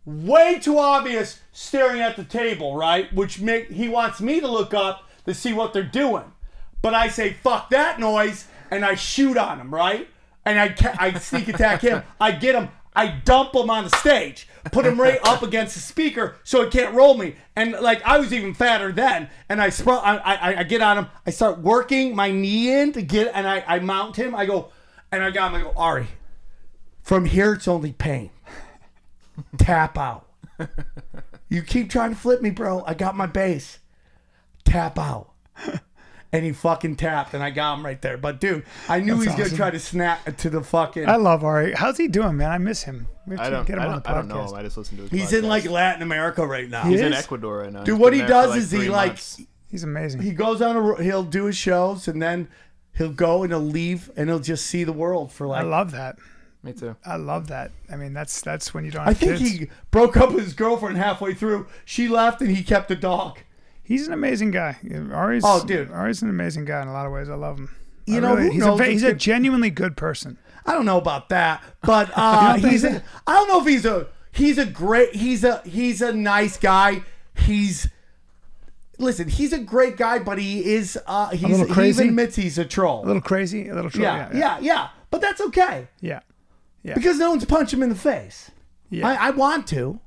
Speaker 1: way too obvious staring at the table, right? Which make he wants me to look up to see what they're doing. But I say fuck that noise and I shoot on him, right? And I ca- I sneak attack him. I get him. I dump him on the stage, put him right up against the speaker so it can't roll me. And like I was even fatter then, and I spr- I, I I get on him. I start working my knee in to get, and I I mount him. I go, and I got him. I go Ari. From here, it's only pain. Tap out. You keep trying to flip me, bro. I got my base. Tap out. And he fucking tapped, and I got him right there. But dude, I knew he was gonna try to snap to the fucking.
Speaker 2: I love Ari. How's he doing, man? I miss him. We have
Speaker 4: I
Speaker 2: to
Speaker 4: don't.
Speaker 2: get him
Speaker 4: I
Speaker 2: on the
Speaker 4: don't,
Speaker 2: podcast.
Speaker 4: I don't know. him. I just listened to his.
Speaker 1: He's in
Speaker 4: podcast.
Speaker 1: like Latin America right now.
Speaker 4: He's in
Speaker 2: Yes.
Speaker 4: Ecuador right now.
Speaker 1: Dude,
Speaker 4: He's
Speaker 1: what
Speaker 4: been
Speaker 1: he
Speaker 4: there for,
Speaker 1: does
Speaker 4: like,
Speaker 1: is he,
Speaker 4: three
Speaker 1: like-
Speaker 4: months.
Speaker 2: He's amazing.
Speaker 1: He goes on a. ro- He'll do his shows, and then he'll go and he'll leave, and he'll just see the world for
Speaker 2: I
Speaker 1: like.
Speaker 2: love that.
Speaker 4: Me too.
Speaker 2: I love that. I mean, that's that's when you don't. Have
Speaker 1: I think
Speaker 2: kids.
Speaker 1: he broke up with his girlfriend halfway through. She left, and he kept the dog.
Speaker 2: he's an amazing guy. Ari's
Speaker 1: Oh, dude.
Speaker 2: Ari's an amazing guy in a lot of ways. I love him.
Speaker 1: You
Speaker 2: I
Speaker 1: know who
Speaker 2: he's,
Speaker 1: knows
Speaker 2: a, ve-
Speaker 1: this
Speaker 2: he's a
Speaker 1: kid?
Speaker 2: genuinely good person.
Speaker 1: I don't know about that, but uh,
Speaker 2: You don't
Speaker 1: he's.
Speaker 2: think
Speaker 1: A, I don't know if he's a. He's a great. He's a. He's a nice guy. He's. Listen, he's a great guy, but he is. Uh, he's
Speaker 2: little crazy?
Speaker 1: he even admits he's a troll.
Speaker 2: A little crazy, a little troll.
Speaker 1: yeah,
Speaker 2: Yeah,
Speaker 1: yeah, yeah, But that's okay
Speaker 2: yeah,
Speaker 1: because no one's punch him in the face.
Speaker 2: yeah.
Speaker 1: I, I want to,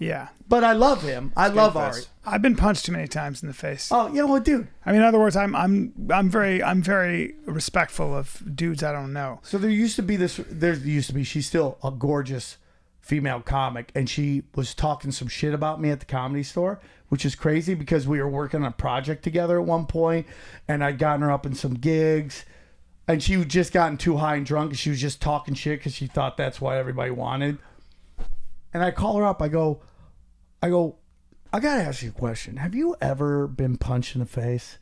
Speaker 2: yeah.
Speaker 1: but I love him. I love Ari.
Speaker 4: Fest.
Speaker 2: I've been punched too many times in the face.
Speaker 1: Oh, you know what, dude?
Speaker 2: I mean, in other words, I'm I'm I'm very I'm very respectful of dudes I don't know.
Speaker 1: So there used to be this. There used to be. She's still a gorgeous female comic, and she was talking some shit about me at the comedy store, which is crazy because we were working on a project together at one point, and I'd gotten her up in some gigs. and she was just gotten too high and drunk, and she was just talking shit because she thought that's what everybody wanted. And I call her up. I go, I go, I gotta ask you a question. Have you ever been punched in the face?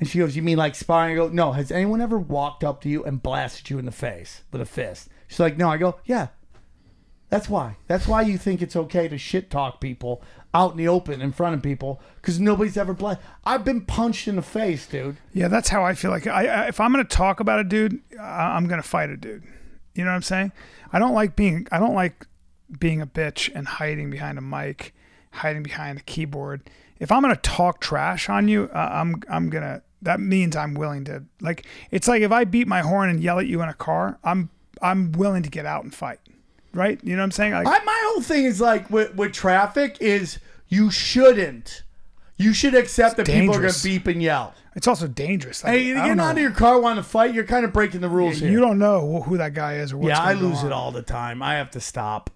Speaker 1: And she goes, You mean like sparring? I go, No. Has anyone ever walked up to you and blasted you in the face with a fist? She's like, No. I go, Yeah. That's why. That's why you think it's okay to shit talk people out in the open in front of people because nobody's ever blasted. I've been punched in the face, dude.
Speaker 2: Yeah, that's how I feel like I, I if I'm going to talk about a dude, I, I'm going to fight a dude. You know what I'm saying? I don't like being I don't like being a bitch and hiding behind a mic, hiding behind a keyboard. If I'm going to talk trash on you, uh, I'm I'm going to that means I'm willing to like it's like if I beat my horn and yell at you in a car, I'm I'm willing to get out and fight. Right? You know what I'm saying? Like,
Speaker 1: I, my whole thing is like with, with traffic is you shouldn't. You should accept that people are going
Speaker 2: dangerous.
Speaker 1: to beep and yell.
Speaker 2: it's also dangerous. Like,
Speaker 1: Hey,
Speaker 2: I
Speaker 1: you're
Speaker 2: don't
Speaker 1: getting
Speaker 2: know.
Speaker 1: out of your car wanting to fight. You're kind of breaking the rules here.
Speaker 2: you don't know who that guy is or what's
Speaker 1: yeah, I
Speaker 2: going
Speaker 1: lose
Speaker 2: on.
Speaker 1: it all the time. I have to stop.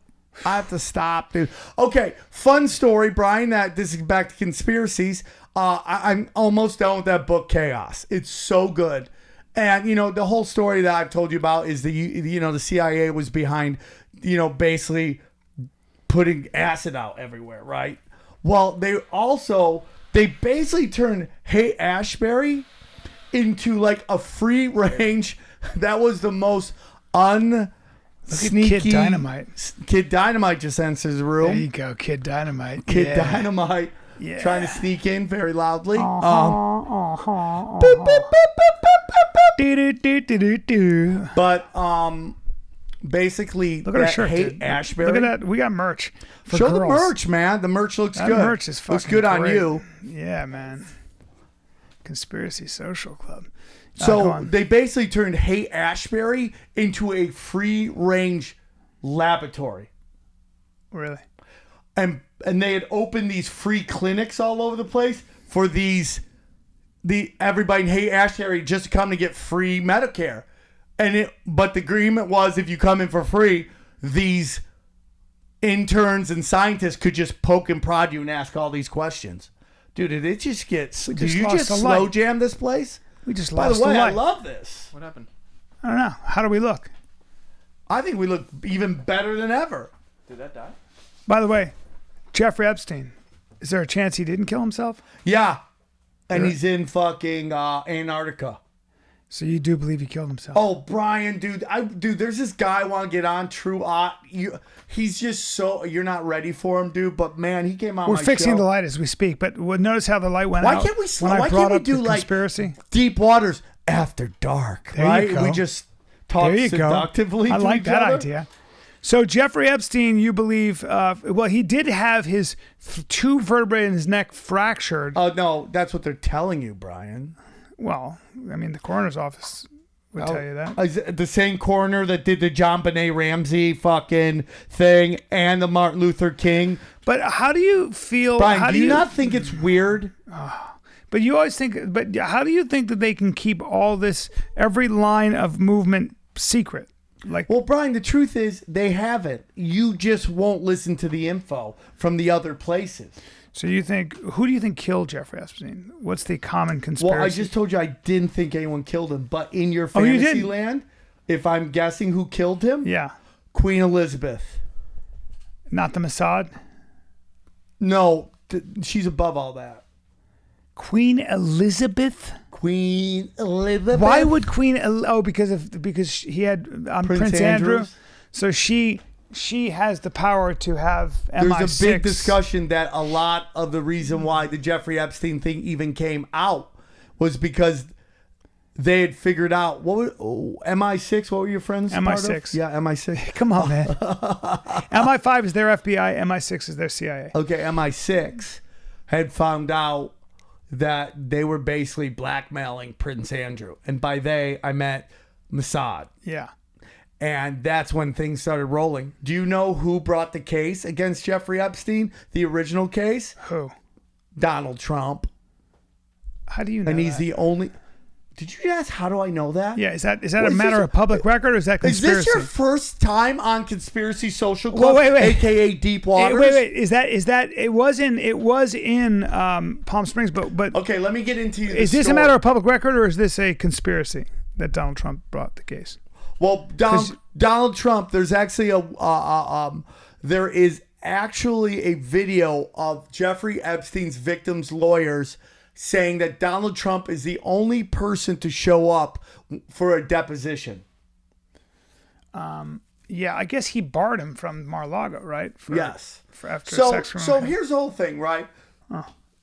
Speaker 1: I have to stop, dude. Okay, fun story, Brian. That this is back to conspiracies. Uh, I, I'm almost done with that book, Chaos. It's so good, and you know the whole story that I've told you about is the you you know the CIA was behind, you know, basically putting acid out everywhere, right? Well, they also they basically turned Hey Ashbury into like a free range. That was the most un sneaky
Speaker 2: Kid Dynamite.
Speaker 1: Kid Dynamite just enters the room.
Speaker 2: There you go, Kid Dynamite.
Speaker 1: Kid
Speaker 2: yeah.
Speaker 1: Dynamite trying to sneak in very
Speaker 2: Uh-huh,
Speaker 1: loudly. Um,
Speaker 2: Do-do-do-do-do-do.
Speaker 1: but um, basically,
Speaker 2: Look at our
Speaker 1: that
Speaker 2: shirt,
Speaker 1: Hey
Speaker 2: dude.
Speaker 1: Ashbury.
Speaker 2: Look at that. We got merch. For
Speaker 1: Show the
Speaker 2: girls.
Speaker 1: merch, man. The merch looks
Speaker 2: That
Speaker 1: good.
Speaker 2: merch is fucking
Speaker 1: looks good on
Speaker 2: great.
Speaker 1: you.
Speaker 2: Yeah, man. Conspiracy Social Club. Uh, go
Speaker 1: So
Speaker 2: on.
Speaker 1: they basically turned Hey Ashbury into a free range laboratory.
Speaker 2: really,
Speaker 1: and and they had opened these free clinics all over the place for these the everybody in Hey Ashbury just to come to get free Medicare. And it but the agreement was if you come in for free, these interns and scientists could just poke and prod you and ask all these questions. Dude, did it just get did
Speaker 2: just
Speaker 1: you
Speaker 2: lost
Speaker 1: just
Speaker 2: a
Speaker 1: slow
Speaker 2: light.
Speaker 1: jam this place?
Speaker 2: we just
Speaker 1: By
Speaker 2: lost
Speaker 1: the way,
Speaker 2: a
Speaker 1: I
Speaker 2: light.
Speaker 1: love this.
Speaker 4: What happened?
Speaker 2: I don't know. How do we look?
Speaker 1: I think we look even better than ever.
Speaker 4: Did that die?
Speaker 2: By the way, Jeffrey Epstein. Is there a chance he didn't kill himself?
Speaker 1: Yeah. And he's in fucking uh, Antarctica.
Speaker 2: So you do believe he killed himself?
Speaker 1: Oh, Brian, dude, I dude, there's this guy I want to get on True Ot. You, he's just so you're not ready for him, dude. But man, he came on.
Speaker 2: We're
Speaker 1: my
Speaker 2: fixing
Speaker 1: show.
Speaker 2: the light as we speak, but we'll notice how the light went
Speaker 1: Why
Speaker 2: out.
Speaker 1: can't we sl-
Speaker 2: when I
Speaker 1: why can't
Speaker 2: brought
Speaker 1: we
Speaker 2: up the
Speaker 1: do, like-
Speaker 2: conspiracy?
Speaker 1: deep waters after dark,
Speaker 2: you
Speaker 1: right?
Speaker 2: go.
Speaker 1: We just talk
Speaker 2: There you
Speaker 1: uh, seductively.
Speaker 2: go. I
Speaker 1: to
Speaker 2: like
Speaker 1: each
Speaker 2: that
Speaker 1: other.
Speaker 2: idea. So Jeffrey Epstein, you believe? Uh, well, he did have his th- two vertebrae in his neck fractured.
Speaker 1: Oh no, that's what they're telling you, Brian.
Speaker 2: well, I mean, the coroner's office would
Speaker 1: Oh.
Speaker 2: tell you that.
Speaker 1: Uh, Is it The same coroner that did the John Benet Ramsey fucking thing and the Martin Luther King.
Speaker 2: But how do you feel?
Speaker 1: Brian,
Speaker 2: how
Speaker 1: do you, not think it's weird?
Speaker 2: But you always think. But how do you think that they can keep all this, every line of movement secret? Like,
Speaker 1: Well, Brian, the truth is they haven't. You just won't listen to the info from the other places.
Speaker 2: so you think? Who do you think killed Jeffrey Epstein? What's the common conspiracy?
Speaker 1: Well, I just told you I didn't think anyone killed him, but in your
Speaker 2: Oh, you
Speaker 1: fantasy
Speaker 2: didn't?
Speaker 1: land, if I'm guessing who killed him,
Speaker 2: yeah,
Speaker 1: Queen Elizabeth.
Speaker 2: not the Mossad.
Speaker 1: No, th- she's above all that.
Speaker 2: Queen Elizabeth.
Speaker 1: Queen Elizabeth.
Speaker 2: Why would Queen? El- Oh, because of because she- he had um, Prince, Andrew,
Speaker 1: Andrews?
Speaker 2: so she she has the power to have
Speaker 1: there's
Speaker 2: MI6.
Speaker 1: a big discussion that a lot of the reason why the Jeffrey Epstein thing even came out was because they had figured out what would oh, MI6. What were your friends? part of?
Speaker 2: MI6.
Speaker 1: Yeah, MI6.
Speaker 2: Come on, man. MI5 is their FBI. MI6 is their CIA.
Speaker 1: okay, MI6 had found out that they were basically blackmailing Prince Andrew. And by they, I meant Mossad.
Speaker 2: Yeah.
Speaker 1: And that's when things started rolling. Do you know who brought the case against Jeffrey Epstein, the original case?
Speaker 2: Who?
Speaker 1: Donald Trump.
Speaker 2: How do you know?
Speaker 1: And he's
Speaker 2: that?
Speaker 1: the only. Did you ask how do I know that?
Speaker 2: Yeah. Is that is that
Speaker 1: What
Speaker 2: a
Speaker 1: is
Speaker 2: matter
Speaker 1: this-
Speaker 2: of public record or is that
Speaker 1: Is
Speaker 2: conspiracy?
Speaker 1: this your first time on Conspiracy Social Club,
Speaker 2: wait, wait.
Speaker 1: aka Deep
Speaker 2: Eh,
Speaker 1: Waters?
Speaker 2: wait, wait. Is that is that it was in it was in um, Palm Springs, but but
Speaker 1: Okay, let me get into.
Speaker 2: is this a matter of public record or is this a conspiracy? that Donald Trump brought the case.
Speaker 1: Well, Donald, Donald Trump, there's actually a uh, uh, um, there is actually a video of Jeffrey Epstein's victims' lawyers saying that Donald Trump is the only person to show up for a deposition.
Speaker 2: Yeah, I guess he barred him from Mar-a-Lago, right? For,
Speaker 1: Yes.
Speaker 2: For after
Speaker 1: So,
Speaker 2: sex
Speaker 1: so
Speaker 2: criminal-
Speaker 1: here's the whole thing, right?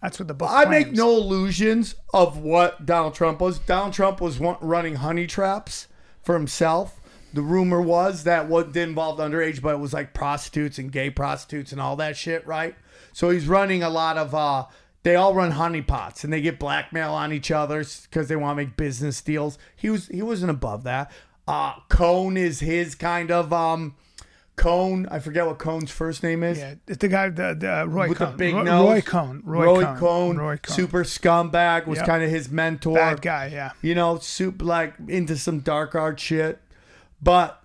Speaker 2: that's what the book.
Speaker 1: I make
Speaker 2: claims.
Speaker 1: no illusions of what Donald Trump was. Donald Trump was wa- running honey traps for himself. The rumor was that what involved underage, but it was like prostitutes and gay prostitutes and all that shit, right? So he's running a lot of. uh They all run honey pots and they get blackmail on each other because they want to make business deals. He was he wasn't above that. Uh Cone is his kind of um. Cone, I forget what Cone's first name is
Speaker 2: Yeah, it's the guy, the, the uh, Roy
Speaker 1: with
Speaker 2: Cohn.
Speaker 1: the big
Speaker 2: Roy,
Speaker 1: nose.
Speaker 2: Roy Cohn. Roy, Cohn. Roy Cohn.
Speaker 1: super scumbag, was
Speaker 2: Yep.
Speaker 1: kind of his mentor.
Speaker 2: bad guy. Yeah.
Speaker 1: You know, super like into some dark art shit. But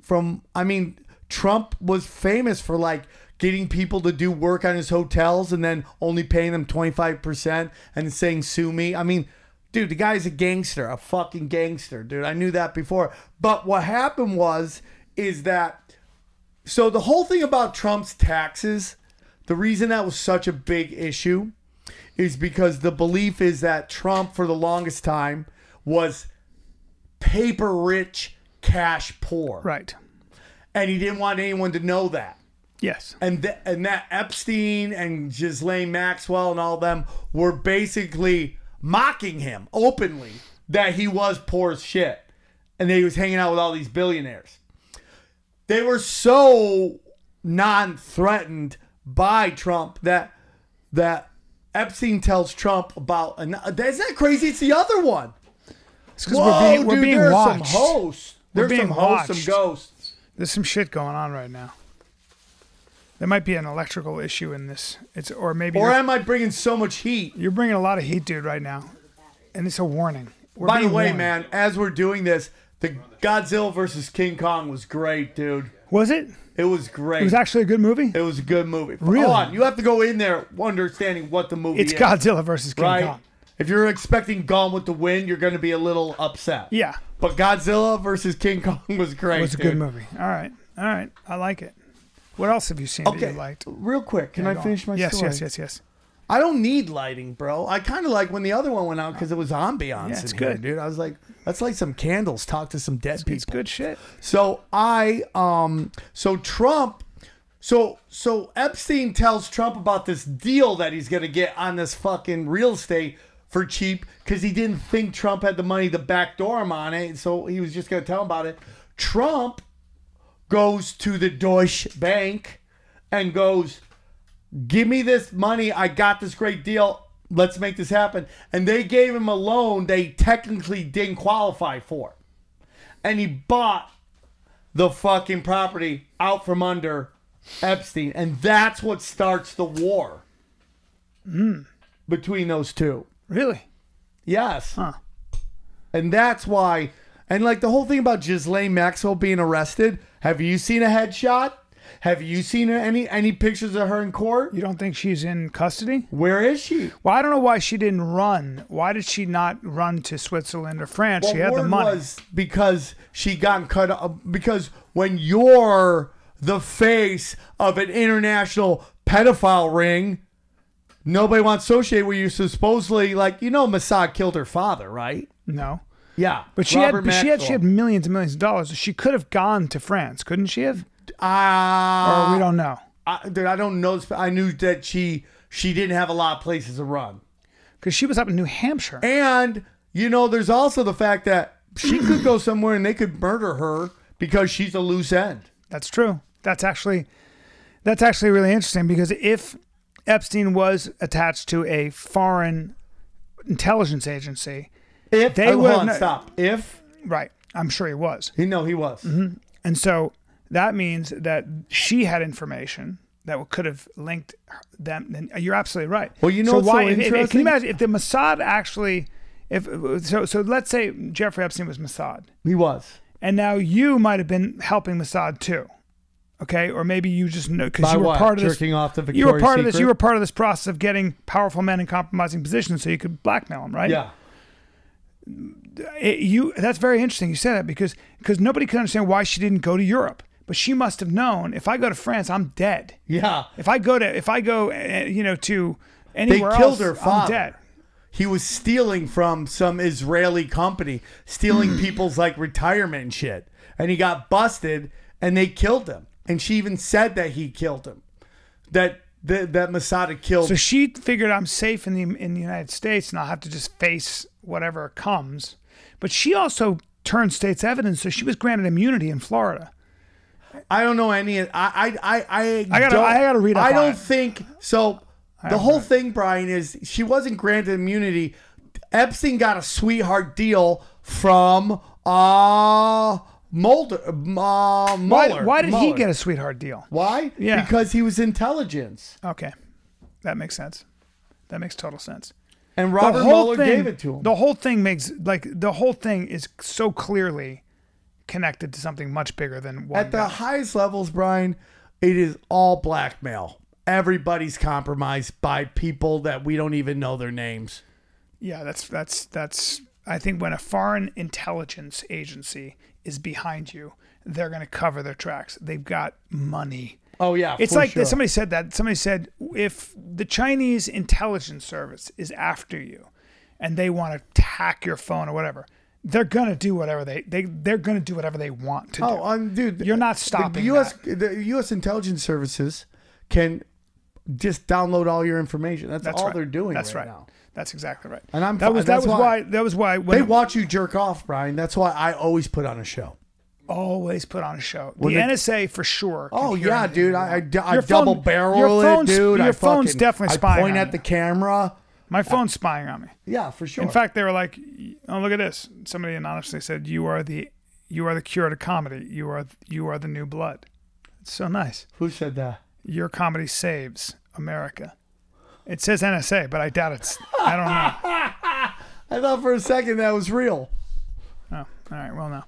Speaker 1: from, I mean, Trump was famous for like getting people to do work on his hotels and then only paying them 25% and saying, sue me. I mean, dude, the guy's a gangster, a fucking gangster, dude. I knew that before. But what happened was, is that so the whole thing about Trump's taxes, the reason that was such a big issue is because the belief is that Trump for the longest time was paper rich, cash poor.
Speaker 2: Right.
Speaker 1: And he didn't want anyone to know that.
Speaker 2: Yes.
Speaker 1: And th- and that Epstein and Ghislaine Maxwell and all them were basically mocking him openly that he was poor as shit. And that he was hanging out with all these billionaires they were so non-threatened by Trump that that Epstein tells Trump about and that's not crazy. It's the other one.
Speaker 2: It's because we're being, we're
Speaker 1: dude,
Speaker 2: being
Speaker 1: there's
Speaker 2: watched.
Speaker 1: some hosts.
Speaker 2: We're
Speaker 1: There's
Speaker 2: being
Speaker 1: some hosts,
Speaker 2: watched.
Speaker 1: some ghosts.
Speaker 2: There's some shit going on right now. There might be an electrical issue in this. It's or maybe
Speaker 1: Or
Speaker 2: you're,
Speaker 1: am I bringing so much heat?
Speaker 2: you're bringing a lot of heat, dude, right now, and it's a warning. We're
Speaker 1: By the
Speaker 2: being
Speaker 1: way,
Speaker 2: warned.
Speaker 1: man, as we're doing this, the Godzilla versus King Kong was great, dude.
Speaker 2: was it?
Speaker 1: It was great.
Speaker 2: It was actually a good movie.
Speaker 1: It was a good movie.
Speaker 2: Really?
Speaker 1: Hold on, you have to go in there understanding what the movie
Speaker 2: It's
Speaker 1: is.
Speaker 2: Godzilla versus King
Speaker 1: right?
Speaker 2: Kong.
Speaker 1: If you're expecting Gone with the Wind, you're going to be a little upset.
Speaker 2: Yeah,
Speaker 1: But Godzilla versus King Kong was great.
Speaker 2: it was a
Speaker 1: dude.
Speaker 2: good movie. All right, all right, I like it. What else have you seen that
Speaker 1: Okay,
Speaker 2: you liked?
Speaker 1: real quick, can
Speaker 2: Yeah,
Speaker 1: I
Speaker 2: go on.
Speaker 1: finish my
Speaker 2: yes,
Speaker 1: story?
Speaker 2: Yes, yes, yes,
Speaker 1: I don't need lighting, bro. I kind of like when the other one went out because it was ambiance.
Speaker 2: Yeah, it's
Speaker 1: in here,
Speaker 2: good.
Speaker 1: dude. I was like, let's light some candles, talk to some dead people.
Speaker 2: It's good shit.
Speaker 1: So I um so Trump so so Epstein tells Trump about this deal that he's gonna get on this fucking real estate for cheap because he didn't think Trump had the money to backdoor him on it, and so he was just gonna tell him about it. Trump goes to the Deutsche Bank and goes, Give me this money. I got this great deal. Let's make this happen. And they gave him a loan they technically didn't qualify for and he bought the fucking property out from under Epstein, and that's what starts the war between those two.
Speaker 2: Really?
Speaker 1: Yes,
Speaker 2: Huh.
Speaker 1: and that's why, and like the whole thing about Ghislaine Maxwell being arrested. Have you seen a headshot? Have you seen any any pictures of her in court?
Speaker 2: You don't think she's in custody?
Speaker 1: Where is she?
Speaker 2: Well, I don't know why she didn't run. Why did she not run to Switzerland or France? she had the
Speaker 1: word
Speaker 2: money.
Speaker 1: was because she got cut up because when you're the face of an international pedophile ring nobody wants to associate with you so supposedly like you know Mossad killed her father right
Speaker 2: no.
Speaker 1: yeah
Speaker 2: But she
Speaker 1: Robert
Speaker 2: had, but she had,
Speaker 1: Maxwell.
Speaker 2: she had millions and millions of dollars. She could have gone to France, couldn't she have? Or
Speaker 1: Ah,
Speaker 2: we don't know.
Speaker 1: I, dude, I don't know this- I knew that she she didn't have a lot of places to run
Speaker 2: Because she was up in New Hampshire.
Speaker 1: And you know, there's also the fact that she could go somewhere and they could murder her because she's a loose end.
Speaker 2: That's true. That's actually, that's actually really interesting because if Epstein was attached to a foreign intelligence agency,
Speaker 1: If
Speaker 2: They
Speaker 1: they would
Speaker 2: would
Speaker 1: hold on,
Speaker 2: not-
Speaker 1: stop. If
Speaker 2: right? I'm sure he was.
Speaker 1: he no, he was.
Speaker 2: Mm-hmm. And so that means that she had information that could have linked them. And you're absolutely right.
Speaker 1: Well, you know
Speaker 2: so
Speaker 1: what's so
Speaker 2: why? if- if- if- can
Speaker 1: interesting?
Speaker 2: you imagine if the Mossad actually, if so, so let's say Jeffrey Epstein was Mossad,
Speaker 1: He was.
Speaker 2: and now you might have been helping Mossad too. Okay, or maybe you just know because
Speaker 1: By
Speaker 2: you were
Speaker 1: what?
Speaker 2: part of
Speaker 1: Jerking
Speaker 2: this.
Speaker 1: off the
Speaker 2: you were
Speaker 1: Victoria's
Speaker 2: part of this. You
Speaker 1: Secret?
Speaker 2: were part of this process of getting powerful men in compromising positions so you could blackmail them, right?
Speaker 1: Yeah.
Speaker 2: it, you that's very interesting you said that because because nobody could understand why she didn't go to Europe. But she must have known if I go to France, I'm dead.
Speaker 1: Yeah.
Speaker 2: If I go to if I go uh, you know to anywhere
Speaker 1: killed
Speaker 2: else,
Speaker 1: her
Speaker 2: I'm
Speaker 1: father.
Speaker 2: dead.
Speaker 1: He was stealing from some Israeli company, stealing people's like retirement and shit. And he got busted and they killed him. And she even said that he killed him. That that, that Masada killed
Speaker 2: So she figured I'm safe in the in the United States and I'll have to just face whatever comes. But she also turned state's evidence, so she was granted immunity in Florida.
Speaker 1: I don't know any. I I I I,
Speaker 2: gotta-
Speaker 1: don't-
Speaker 2: I gotta read up
Speaker 1: I
Speaker 2: on
Speaker 1: don't
Speaker 2: it.
Speaker 1: think so. The whole thing, Brian, is she wasn't granted immunity. Epstein got a sweetheart deal from uh Mulder. Uh, Mueller.
Speaker 2: Why, why did he
Speaker 1: Mueller.
Speaker 2: get a sweetheart deal?
Speaker 1: Why?
Speaker 2: Yeah. Uh,
Speaker 1: Because he was intelligence,
Speaker 2: Okay, that makes sense. That makes total sense.
Speaker 1: and Robert Mueller gave it to him.
Speaker 2: The whole thing makes like the whole thing is so clearly connected to something much bigger than one.
Speaker 1: At the
Speaker 2: guy.
Speaker 1: highest levels, Brian, it is all blackmail. Everybody's compromised by people that we don't even know their names.
Speaker 2: yeah, that's that's that's. I think when a foreign intelligence agency is behind you, they're going to cover their tracks. They've got money.
Speaker 1: Oh yeah,
Speaker 2: It's
Speaker 1: for
Speaker 2: like
Speaker 1: sure.
Speaker 2: somebody said that. Somebody said if the Chinese intelligence service is after you, and they want to hack your phone or whatever, they're gonna do whatever they they they're gonna do whatever they want to do.
Speaker 1: Oh, um, dude,
Speaker 2: You're not stopping
Speaker 1: The U.S. The U.S. intelligence services can just download all your information. That's, all
Speaker 2: right.
Speaker 1: they're doing.
Speaker 2: That's
Speaker 1: right,
Speaker 2: right.
Speaker 1: now.
Speaker 2: That's exactly right.
Speaker 1: And I'm
Speaker 2: that
Speaker 1: fi-
Speaker 2: was that
Speaker 1: that's
Speaker 2: was why,
Speaker 1: why-
Speaker 2: that was why when
Speaker 1: They watch you jerk off, Brian. That's why I always put on a show.
Speaker 2: always put on a show. the
Speaker 1: they-
Speaker 2: NSA for sure. can
Speaker 1: Oh
Speaker 2: hear
Speaker 1: yeah,
Speaker 2: anything
Speaker 1: dude.
Speaker 2: you
Speaker 1: I, I,
Speaker 2: want.
Speaker 1: d- I
Speaker 2: Your phone-
Speaker 1: double barrel
Speaker 2: your
Speaker 1: it,
Speaker 2: phone's-
Speaker 1: dude. I
Speaker 2: your phone's
Speaker 1: fucking-
Speaker 2: definitely
Speaker 1: I
Speaker 2: spying
Speaker 1: point
Speaker 2: on
Speaker 1: at
Speaker 2: you.
Speaker 1: the camera.
Speaker 2: My phone's spying on me.
Speaker 1: Yeah, for sure.
Speaker 2: In fact, they were like, "Oh, look at this." Somebody anonymously said, "You are the you are the cure to comedy. You are you are the new blood." It's so nice.
Speaker 1: who said that?
Speaker 2: Your comedy saves America. It says NSA, but I doubt it's. I don't know.
Speaker 1: I thought for a second that was real.
Speaker 2: Oh, all right. Well, now,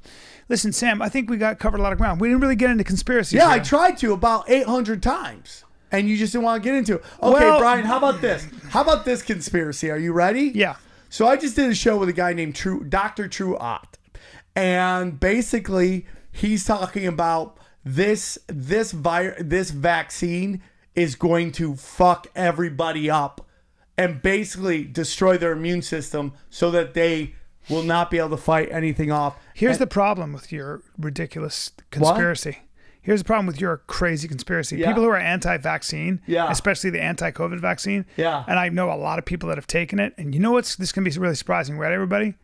Speaker 2: listen, Sam. I think we got covered a lot of ground. We didn't really get into conspiracies.
Speaker 1: Yeah, I
Speaker 2: here.
Speaker 1: tried to about 800 times, and you just didn't want to get into it. Okay,
Speaker 2: Well-
Speaker 1: Brian, how about this? How about this conspiracy? Are you ready?
Speaker 2: Yeah.
Speaker 1: So I just did a show with a guy named True Dr. True Ott. And basically he's talking about this this virus this vaccine is going to fuck everybody up and basically destroy their immune system so that they will not be able to fight anything off.
Speaker 2: Here's the problem with your ridiculous conspiracy. Here's the problem with your crazy conspiracy. People who are anti-vaccine,
Speaker 1: Yeah.
Speaker 2: especially the anti-COVID vaccine,
Speaker 1: Yeah.
Speaker 2: and I know a lot of people that have taken it. And you know what's this can be really surprising, right? Everybody,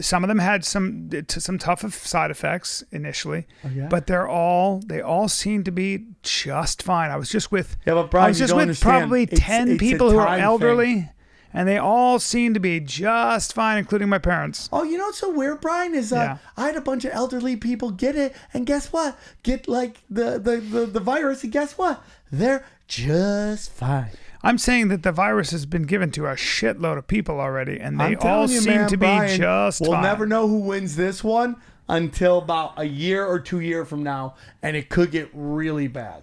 Speaker 2: some of them had some t- some tough of- side effects initially,
Speaker 1: Oh,
Speaker 2: but they're all they all seem to be just fine. I was just with
Speaker 1: Yeah, but Brian,
Speaker 2: I was
Speaker 1: you
Speaker 2: just
Speaker 1: don't
Speaker 2: with
Speaker 1: understand.
Speaker 2: probably
Speaker 1: It's-
Speaker 2: ten
Speaker 1: it's a
Speaker 2: people who are
Speaker 1: time thing.
Speaker 2: elderly, and they all seem to be just fine, including my parents.
Speaker 1: Oh, you know what's so weird, Brian? Is uh,
Speaker 2: Yeah.
Speaker 1: I had a bunch of elderly people get it, and guess what? Get like the the the, the virus, and guess what? They're just fine.
Speaker 2: I'm saying that the virus has been given to a shitload of people already, and they
Speaker 1: I'm telling
Speaker 2: all
Speaker 1: you,
Speaker 2: seem
Speaker 1: man,
Speaker 2: to be
Speaker 1: Brian,
Speaker 2: just
Speaker 1: We'll
Speaker 2: fine.
Speaker 1: never know who wins this one until about a year or two year from now, and it could get really bad.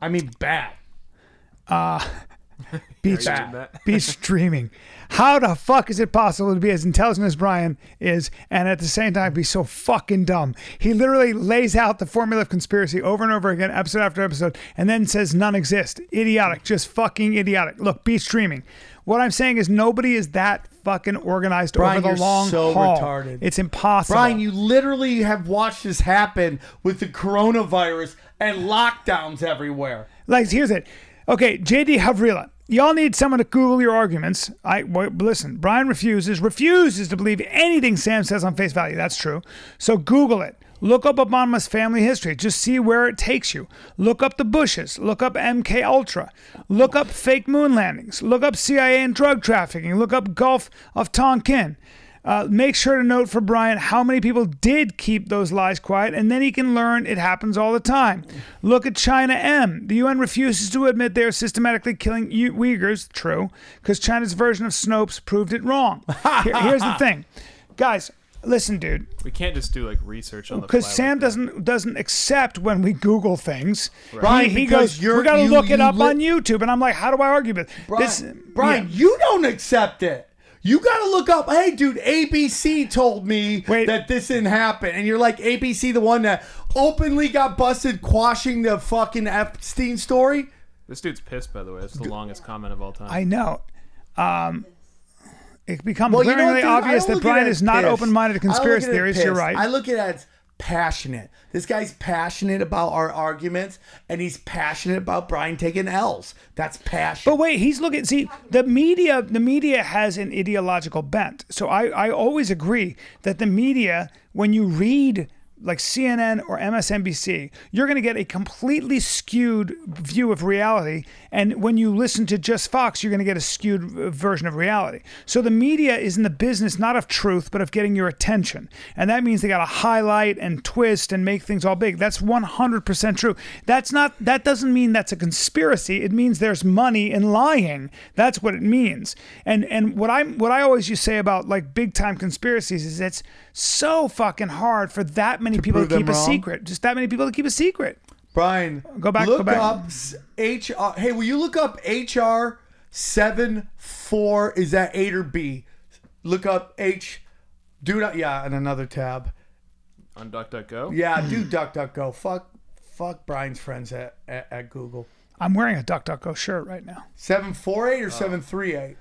Speaker 1: I mean, bad.
Speaker 2: Beach,
Speaker 4: doing that?
Speaker 2: beach dreaming. How the fuck is it possible to be as intelligent as Brian is, and at the same time be so fucking dumb? He literally lays out the formula of conspiracy over and over again, episode after episode, and then says none exist. Idiotic, just fucking idiotic. Look, beach dreaming. What I'm saying is nobody is that fucking organized
Speaker 1: Brian,
Speaker 2: over the
Speaker 1: you're
Speaker 2: long
Speaker 1: so
Speaker 2: haul.
Speaker 1: retarded.
Speaker 2: It's impossible.
Speaker 1: Brian, you literally have watched this happen with the coronavirus and lockdowns everywhere.
Speaker 2: Like, here's it. Okay, JD Havrila. Y'all need someone to Google your arguments. I well, listen. Brian refuses refuses to believe anything Sam says on face value. That's true. So Google it. Look up Obama's family history. Just see where it takes you. Look up the Bushes. Look up MK Ultra. Look up fake moon landings. Look up CIA and drug trafficking. Look up Gulf of Tonkin. Uh, make sure to note for Brian how many people did keep those lies quiet, and then he can learn it happens all the time. Look at China M. The UN refuses to admit they are systematically killing U- Uyghurs. True, because China's version of Snopes proved it wrong. Here- here's the thing, guys. Listen, dude.
Speaker 4: We can't just do like research
Speaker 1: Oh,
Speaker 4: on the
Speaker 2: Because
Speaker 4: fly like
Speaker 2: Sam
Speaker 4: that.
Speaker 2: doesn't doesn't accept when we Google things.
Speaker 1: Brian,
Speaker 2: he, he
Speaker 1: because
Speaker 2: goes,
Speaker 1: you're-
Speaker 2: "We got to
Speaker 1: you-
Speaker 2: look it
Speaker 1: you
Speaker 2: up
Speaker 1: li-
Speaker 2: on YouTube," and I'm like, "How do I argue with
Speaker 1: Brian,
Speaker 2: this?"
Speaker 1: Brian, you don't accept it. You got to look up, hey, dude, ABC told me
Speaker 2: Wait.
Speaker 1: that this didn't happen. And you're like, ABC, the one that openly got busted quashing the fucking Epstein story?
Speaker 4: This dude's pissed, by the way. That's the longest comment of all time.
Speaker 2: I know. Um, it becomes
Speaker 1: Well, you know what,
Speaker 2: glaringly
Speaker 1: dude? I
Speaker 2: obvious
Speaker 1: don't
Speaker 2: that
Speaker 1: look at
Speaker 2: Brian
Speaker 1: it
Speaker 2: is
Speaker 1: as
Speaker 2: not
Speaker 1: pissed.
Speaker 2: open-minded to
Speaker 1: I don't look
Speaker 2: conspiracy
Speaker 1: at it as
Speaker 2: theories. You're
Speaker 1: pissed.
Speaker 2: right.
Speaker 1: I look at it as passionate. This guy's passionate about our arguments, and he's passionate about Brian taking L's. That's passion.
Speaker 2: But wait, he's looking. See, the media, the media has an ideological bent. So I, I always agree that the media, when you read like CNN or MSNBC, you're going to get a completely skewed view of reality. And when you listen to just Fox, you're going to get a skewed uh, version of reality. So the media is in the business not of truth, but of getting your attention. And that means they got to highlight and twist and make things all big. That's 100% true. That's not, that doesn't mean that's a conspiracy. It means there's money in lying. That's what it means. And, and what I'm, what I always used to say about like big time conspiracies is it's so fucking hard for that many people to
Speaker 1: prove
Speaker 2: keep a
Speaker 1: them wrong?
Speaker 2: secret. Just that many people to keep a secret.
Speaker 1: Brian,
Speaker 2: Go back, go
Speaker 1: Look
Speaker 2: back.
Speaker 1: up s- HR. Hey, will you look up HR seven four? Is that eight or B? Look up H. Do not. Yeah, in another tab.
Speaker 4: On DuckDuckGo?
Speaker 1: Yeah, do
Speaker 2: Hmm.
Speaker 1: DuckDuckGo. Fuck, fuck Brian's friends at at, at Google.
Speaker 2: I'm wearing a DuckDuckGo shirt right now.
Speaker 1: Seven four eight or
Speaker 2: Oh.
Speaker 1: seven three eight.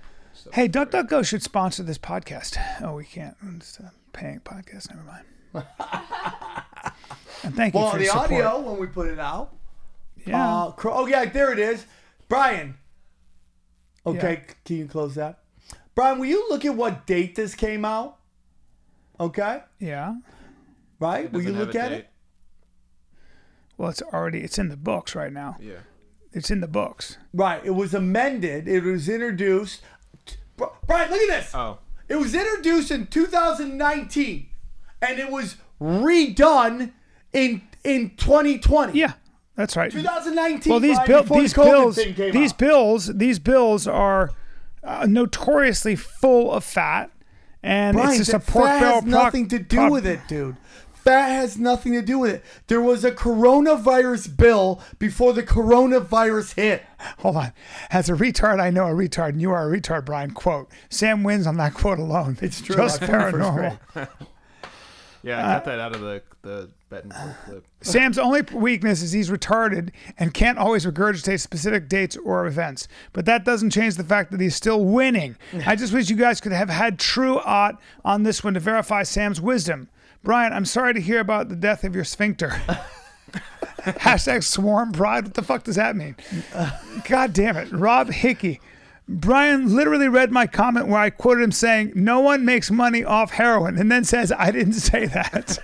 Speaker 2: Hey, DuckDuckGo should sponsor this podcast. Oh, we can't. It's a paying podcast. Never mind. and thank you
Speaker 1: Well,
Speaker 2: for
Speaker 1: the
Speaker 2: your support.
Speaker 1: audio when we put it out.
Speaker 2: Yeah.
Speaker 1: Uh, cro- oh yeah, there it is, Brian. Okay, c- can you close that? Brian, will you look at what date this came out? Okay,
Speaker 2: yeah.
Speaker 1: right? Will you
Speaker 4: Doesn't have
Speaker 1: look
Speaker 4: a
Speaker 1: at
Speaker 4: date.
Speaker 1: it?
Speaker 2: Well, it's already it's in the books right now.
Speaker 4: Yeah.
Speaker 2: It's in the books.
Speaker 1: Right. It was amended. It was introduced. Bri- Brian, look at this.
Speaker 4: Oh.
Speaker 1: It was introduced in 2019, and it was redone in in 2020.
Speaker 2: Yeah, that's right.
Speaker 1: 2019.
Speaker 2: Well, these
Speaker 1: Brian,
Speaker 2: bill,
Speaker 1: before
Speaker 2: these
Speaker 1: the COVID
Speaker 2: bills,
Speaker 1: thing came
Speaker 2: these
Speaker 1: out.
Speaker 2: bills, these bills are uh, notoriously full of fat, and
Speaker 1: Brian,
Speaker 2: it's just a
Speaker 1: that
Speaker 2: pork
Speaker 1: fat
Speaker 2: barrel.
Speaker 1: has
Speaker 2: proc-
Speaker 1: nothing to do
Speaker 2: proc-
Speaker 1: with it, dude. Fat has nothing to do with it. There was a coronavirus bill before the coronavirus hit.
Speaker 2: Hold on. As a retard, I know a retard, and you are a retard, Brian. Quote. Sam wins on that quote alone. It's
Speaker 1: true.
Speaker 2: Just
Speaker 1: I won the first
Speaker 2: paranormal.
Speaker 1: grade.
Speaker 4: Yeah,
Speaker 1: Uh,
Speaker 4: I cut that out of the the Betancourt clip.
Speaker 2: Sam's only weakness is he's retarded and can't always regurgitate specific dates or events. But that doesn't change the fact that he's still winning. I just wish you guys could have had true aught on this one to verify Sam's wisdom. Brian, I'm sorry to hear about the death of your sphincter. Hashtag swarm pride. What the fuck does that mean? God damn it. Rob Hickey. Brian literally read my comment where I quoted him saying, No one makes money off heroin, and then says, I didn't say that.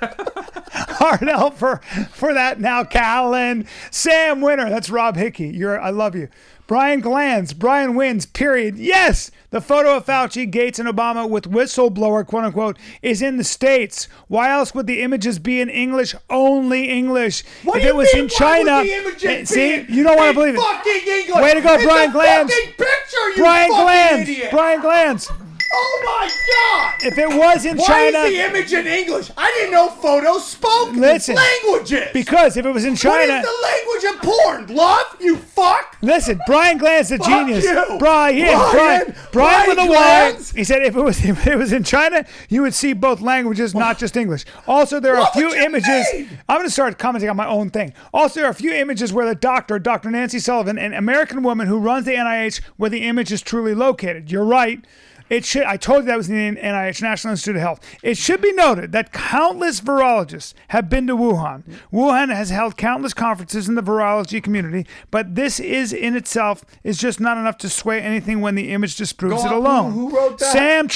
Speaker 2: Hard L for, for that now, Callan. Sam Winner. That's Rob Hickey. You're I love you. Brian Glanz. Brian wins, period. Yes! The photo of Fauci, Gates, and Obama with whistleblower, quote unquote, is in the States. Why else would the images be in English? Only English.
Speaker 1: What
Speaker 2: if
Speaker 1: do
Speaker 2: it
Speaker 1: you
Speaker 2: was
Speaker 1: mean,
Speaker 2: in
Speaker 1: why would
Speaker 2: China.
Speaker 1: the images
Speaker 2: eh, see,
Speaker 1: be
Speaker 2: you don't want to
Speaker 1: in
Speaker 2: believe it.
Speaker 1: Fucking English.
Speaker 2: Way to go,
Speaker 1: It's
Speaker 2: Brian
Speaker 1: a
Speaker 2: Glanz.
Speaker 1: fucking picture, you
Speaker 2: Brian
Speaker 1: fucking
Speaker 2: Glanz.
Speaker 1: idiot.
Speaker 2: Brian Glanz.
Speaker 1: Oh my god.
Speaker 2: If it was in
Speaker 1: Why
Speaker 2: China,
Speaker 1: is the image in English? I didn't know photos spoke
Speaker 2: Listen,
Speaker 1: languages.
Speaker 2: because if it was in
Speaker 1: what
Speaker 2: China,
Speaker 1: is the language of porn? Love you fuck.
Speaker 2: listen, Brian Glantz, the genius,
Speaker 1: you.
Speaker 2: Brian, Brian, Brian,
Speaker 1: Brian,
Speaker 2: with a
Speaker 1: Brian
Speaker 2: Y.
Speaker 1: Glantz.
Speaker 2: He said if it was if it was in China, you would see both languages, not just English. Also, there are
Speaker 1: What
Speaker 2: a few
Speaker 1: would you
Speaker 2: images.
Speaker 1: mean?
Speaker 2: I'm going to start commenting on my own thing. Also, there are a few images where the doctor, Dr. Nancy Sullivan, an American woman who runs the NIH, where the image is truly located. You're right. It should. I told you that was in the NIH, National Institute of Health. It should be noted that countless virologists have been to Wuhan. Wuhan has held countless conferences in the virology community, but this is in itself is just not enough to sway anything when the image disproves
Speaker 1: Go on,
Speaker 2: it
Speaker 1: who-
Speaker 2: alone.
Speaker 1: who wrote that?
Speaker 2: Sam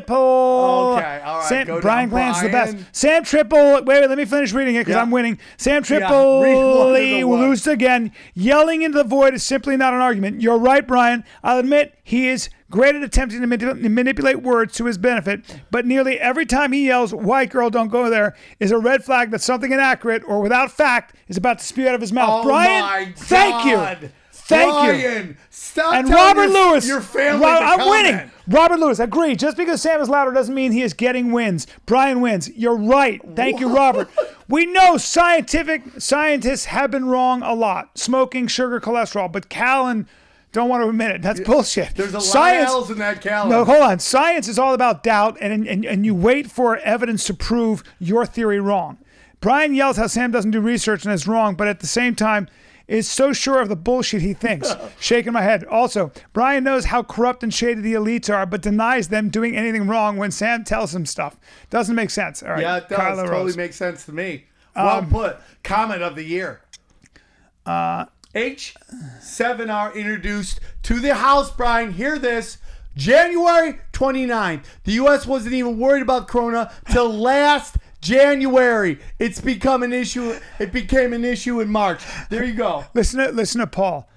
Speaker 2: Triple.
Speaker 1: Okay, all right,
Speaker 2: Sam,
Speaker 1: go
Speaker 2: Brian
Speaker 1: down,
Speaker 2: Glantz is the best.
Speaker 1: Brian.
Speaker 2: Sam Triple. Wait, let me finish reading it because
Speaker 1: Yeah.
Speaker 2: I'm winning. Sam
Speaker 1: Yeah, read one
Speaker 2: Triple
Speaker 1: to the one.
Speaker 2: loses again. Yelling into the void is simply not an argument. You're right, Brian. I'll admit he is great at attempting to manip- manipulate words to his benefit, but nearly every time he yells, "White girl, don't go there," is a red flag that something inaccurate or without fact is about to spew out of his mouth.
Speaker 1: Oh
Speaker 2: Brian,
Speaker 1: my
Speaker 2: thank you.
Speaker 1: God.
Speaker 2: Thank you.
Speaker 1: Brian, Stop
Speaker 2: And
Speaker 1: telling
Speaker 2: Robert
Speaker 1: your,
Speaker 2: Lewis,
Speaker 1: Your family.
Speaker 2: Ro-
Speaker 1: to
Speaker 2: I'm
Speaker 1: comment.
Speaker 2: winning. Robert Lewis, agree. Just because Sam is louder doesn't mean he is getting wins. Brian wins. You're right. Thank you, Robert. We know scientific scientists have been wrong a lot. Smoking, sugar, cholesterol, but Callan Don't want to admit it. That's bullshit.
Speaker 1: There's a lot
Speaker 2: Science-
Speaker 1: of L's in that calendar.
Speaker 2: No, hold on. Science is all about doubt, and, and, and you wait for evidence to prove your theory wrong. Brian yells how Sam doesn't do research and is wrong, but at the same time is so sure of the bullshit he thinks. Shaking my head. Also, Brian knows how corrupt and shady the elites are, but denies them doing anything wrong when Sam tells him stuff. Doesn't make sense. All right.
Speaker 1: Yeah, it does.
Speaker 2: Kylo
Speaker 1: totally
Speaker 2: Rose.
Speaker 1: makes sense to me. Well put. Comment of the year. Um, Uh, H7R introduced to the House, Brian. Hear this. January 29th. The U.S. wasn't even worried about Corona till last January. It's become an issue. It became an issue in March. There you go.
Speaker 2: Listen to listen to Paul.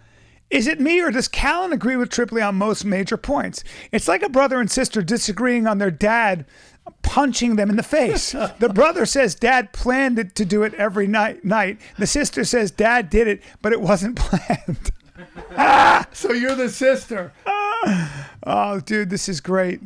Speaker 2: Is it me or does Callan agree with Tripoli on most major points? It's like a brother and sister disagreeing on their dad punching them in the face. the brother says dad planned it to do it every night night. The sister says dad did it, but it wasn't planned.
Speaker 1: So you're the sister.
Speaker 2: Oh, dude, this is great.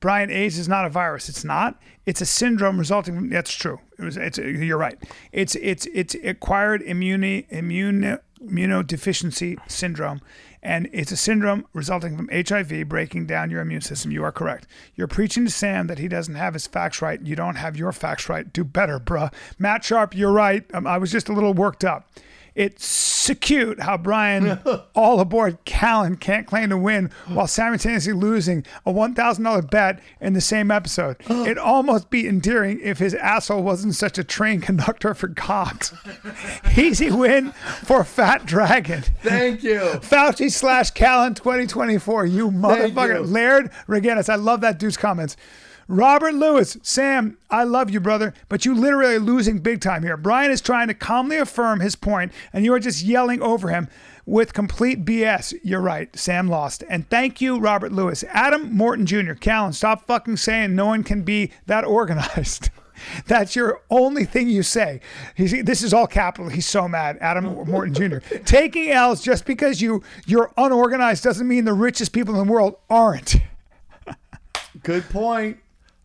Speaker 2: Brian, AIDS is not a virus. It's not. It's a syndrome resulting. From, that's true. It was. It's. You're right. It's. It's. It's acquired immune immune immunodeficiency syndrome, and it's a syndrome resulting from HIV breaking down your immune system. You are correct. You're preaching to Sam that he doesn't have his facts right. You don't have your facts right. Do better, bruh. Matt Sharp, you're right. Um, I was just a little worked up. It's so cute how Brian all aboard Callan can't claim to win while simultaneously losing a $1,000 bet in the same episode. It'd almost be endearing if his asshole wasn't such a train conductor for Cox. Easy win for Fat Dragon.
Speaker 1: Thank you.
Speaker 2: Fauci slash Callan 2024. You motherfucker.
Speaker 1: you.
Speaker 2: Laird Reganis. I love that dude's comments. Robert Lewis, Sam, I love you, brother, but you literally are losing big time here. Brian is trying to calmly affirm his point, and you are just yelling over him with complete BS. You're right. Sam lost. And thank you, Robert Lewis. Adam Morton Jr., Callan, stop fucking saying no one can be that organized. That's your only thing you say. He's, this is all capital. He's so mad. Adam Morton Jr. Taking L's just because you you're unorganized doesn't mean the richest people in the world aren't.
Speaker 1: Good point.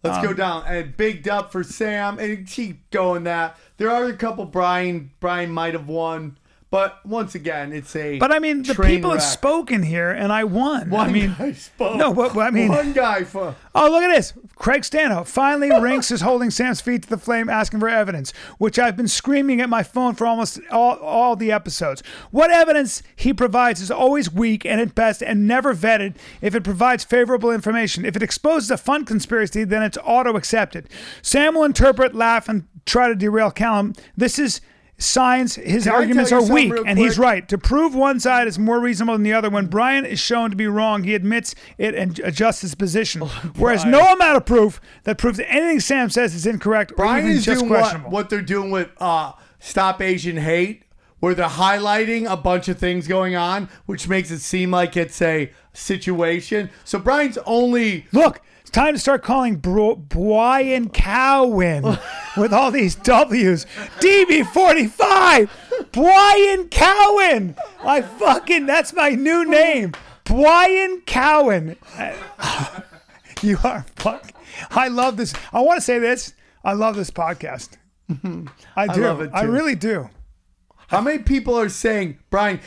Speaker 1: Let's
Speaker 2: Um,
Speaker 1: go down. And big dub for Sam. And keep going that. There are a couple Brian Brian might have won. But once again, it's a
Speaker 2: But I mean, the
Speaker 1: train
Speaker 2: people
Speaker 1: wreck.
Speaker 2: have spoken here, and I won.
Speaker 1: One
Speaker 2: I mean,
Speaker 1: guy spoke.
Speaker 2: no, but, but I mean,
Speaker 1: one guy for
Speaker 2: oh look at this. Craig Stanhope finally Rinks is holding Sam's feet to the flame, asking for evidence, which I've been screaming at my phone for almost all, all the episodes. What evidence he provides is always weak and at best, and never vetted. If it provides favorable information, if it exposes a fun conspiracy, then it's auto accepted. Sam will interpret, laugh, and try to derail Callum. This is. Science, his
Speaker 1: I tell
Speaker 2: arguments
Speaker 1: you
Speaker 2: are
Speaker 1: something
Speaker 2: weak,
Speaker 1: real
Speaker 2: and he's
Speaker 1: quick?
Speaker 2: right right. To prove one side is more reasonable than the other, when Brian is shown to be wrong, he admits it and adjusts his position.
Speaker 1: Oh,
Speaker 2: Whereas no amount of proof that proves anything Sam says is incorrect or
Speaker 1: Brian
Speaker 2: even
Speaker 1: is
Speaker 2: just
Speaker 1: doing what,
Speaker 2: questionable.
Speaker 1: what they're doing with uh, Stop Asian Hate, where they're highlighting a bunch of things going on, which makes it seem like it's a situation. So Brian's only
Speaker 2: Look, it's time to start calling Bro- Brian Cowan with all these W's. DB45, Brian Cowan. I fucking, that's my new name. Brian Cowan. Uh, you are fuck. I love this. I want to say this. I love this podcast. I do. I,
Speaker 1: love it too.
Speaker 2: really do.
Speaker 1: How many people are saying Brian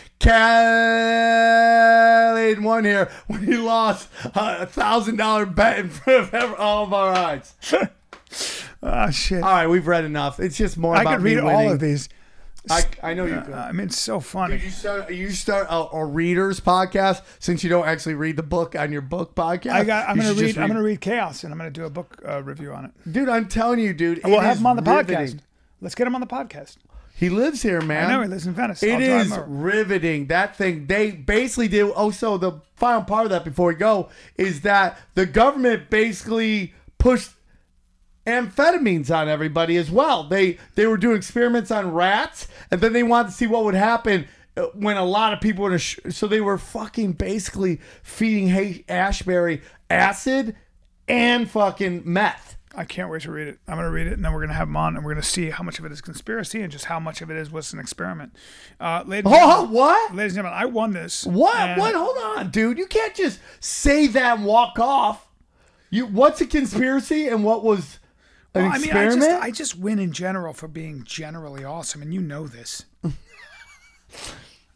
Speaker 1: Khaled won here when he lost a thousand dollar bet in front of ev- all of our eyes?
Speaker 2: Oh, shit.
Speaker 1: All right, we've read enough. It's just more.
Speaker 2: I
Speaker 1: about
Speaker 2: could
Speaker 1: me
Speaker 2: read all
Speaker 1: winning.
Speaker 2: of these.
Speaker 1: I, I know you could.
Speaker 2: I mean, it's so funny.
Speaker 1: you start you start a, a readers podcast since you don't actually read the book on your book podcast.
Speaker 2: I got. I'm
Speaker 1: You
Speaker 2: gonna
Speaker 1: should
Speaker 2: read,
Speaker 1: just
Speaker 2: I'm gonna read Chaos, and I'm gonna do a book uh, review on it.
Speaker 1: Dude, I'm telling you, dude. it
Speaker 2: We'll have
Speaker 1: is
Speaker 2: him on the
Speaker 1: riveting.
Speaker 2: podcast. Let's get him on the podcast.
Speaker 1: He lives here, man.
Speaker 2: I know he lives in Venice. I'll
Speaker 1: It
Speaker 2: drive him
Speaker 1: is
Speaker 2: over.
Speaker 1: riveting. That thing they basically do. Oh, so the final part of that before we go is that the government basically pushed amphetamines on everybody as well. They they were doing experiments on rats, and then they wanted to see what would happen uh, when a lot of people in a sh- so they were fucking basically feeding Hay- Ashbury acid and fucking meth.
Speaker 2: I can't wait to read it. I'm going to read it, and then we're going to have him on, and we're going to see how much of it is conspiracy and just how much of it is what's an experiment. Uh, ladies, and
Speaker 1: Oh,
Speaker 2: gentlemen-
Speaker 1: what?
Speaker 2: ladies and gentlemen, I won this.
Speaker 1: What?
Speaker 2: and-
Speaker 1: what? Hold on, dude. You can't just say that and walk off. You what's a conspiracy and what was an
Speaker 2: Well, I mean, I
Speaker 1: experiment?
Speaker 2: just, I just win in general for being generally awesome, and you know this.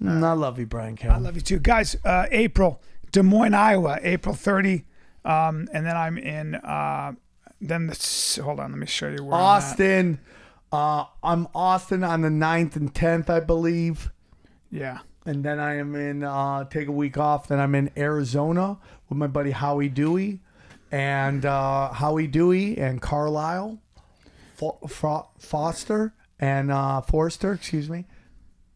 Speaker 1: Mm, I love you, Brian Kelly.
Speaker 2: I love you too, guys. Uh, April, Des Moines, Iowa, April thirty, um, and then I'm in. Uh, then the, hold on, let me show you where. I'm at.
Speaker 1: Austin. Uh, I'm Austin on the 9th and 10th, I believe.
Speaker 2: Yeah.
Speaker 1: And then I am in, uh, take a week off. Then I'm in Arizona with my buddy Howie Dewey and uh, Howie Dewey and Carlisle Fo- Fo- Foster and uh, Forster, excuse me.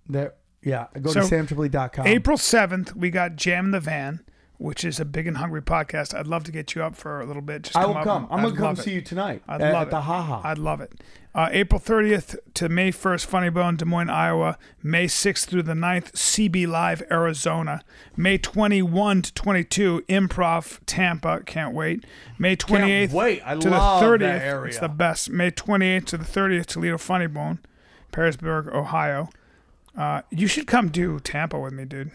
Speaker 1: There, yeah, go
Speaker 3: So,
Speaker 1: to samtripley.com.
Speaker 3: April 7th, we got Jam in the Van, which is a big and hungry podcast. I'd love to get you up for a little bit. Just
Speaker 1: I will
Speaker 3: up
Speaker 1: come.
Speaker 3: and-
Speaker 1: I'm
Speaker 3: I'd
Speaker 1: going to come
Speaker 3: love it.
Speaker 1: see you tonight
Speaker 3: I'd
Speaker 1: at,
Speaker 3: love
Speaker 1: at
Speaker 3: it.
Speaker 1: the Haha.
Speaker 3: I'd love it. Uh, April 30th to May 1st, Funny Bone, Des Moines, Iowa. May 6th through the 9th, CB Live, Arizona. May 21 to 22, Improv, Tampa. Can't wait. May 28th
Speaker 1: wait. I
Speaker 3: to
Speaker 1: love
Speaker 3: the
Speaker 1: that
Speaker 3: 30th.
Speaker 1: area.
Speaker 3: It's the best. May 28th to the 30th, Toledo Funny Bone, Parisburg, Ohio. Uh, you should come do Tampa with me, dude.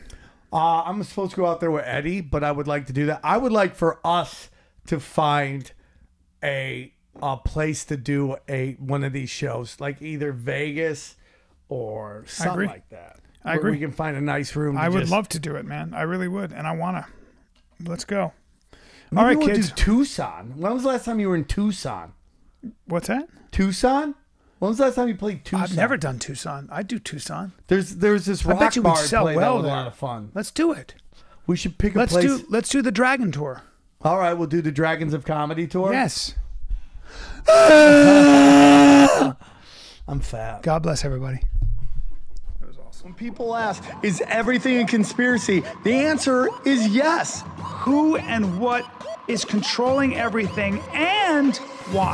Speaker 1: Uh, I'm supposed to go out there with Eddie, but I would like to do that. I would like for us to find a a place to do a one of these shows, like either Vegas or
Speaker 3: agree.
Speaker 1: something like that.
Speaker 3: I
Speaker 1: Where
Speaker 3: agree.
Speaker 1: We can find a nice room.
Speaker 3: I would love to do it, man. I really would, and I wanna. Let's go.
Speaker 1: All
Speaker 3: right,
Speaker 1: right, kids.
Speaker 3: kids.
Speaker 1: Do Tucson. When was the last time you were in Tucson?
Speaker 3: What's that?
Speaker 1: Tucson. When was the last time you played Tucson?
Speaker 3: I've never done Tucson. I do Tucson.
Speaker 1: There's there's this
Speaker 3: I
Speaker 1: rock
Speaker 3: bet you
Speaker 1: bar
Speaker 3: we'd sell
Speaker 1: play
Speaker 3: well
Speaker 1: that was
Speaker 3: there.
Speaker 1: a lot of fun.
Speaker 3: Let's do it.
Speaker 1: We should pick a
Speaker 3: Let's
Speaker 1: place.
Speaker 3: do let's do the Dragon Tour.
Speaker 1: All right, we'll do the Dragons of Comedy tour.
Speaker 3: Yes.
Speaker 1: I'm fat.
Speaker 3: God bless everybody.
Speaker 8: People ask, is everything a conspiracy? The answer is yes.
Speaker 3: Who and what is controlling everything and why?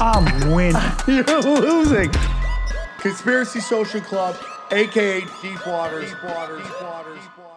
Speaker 3: I'm winning.
Speaker 1: You're losing.
Speaker 8: Conspiracy Social Club, aka Deep Waters. Deep Waters. Deep Waters. Deep Waters.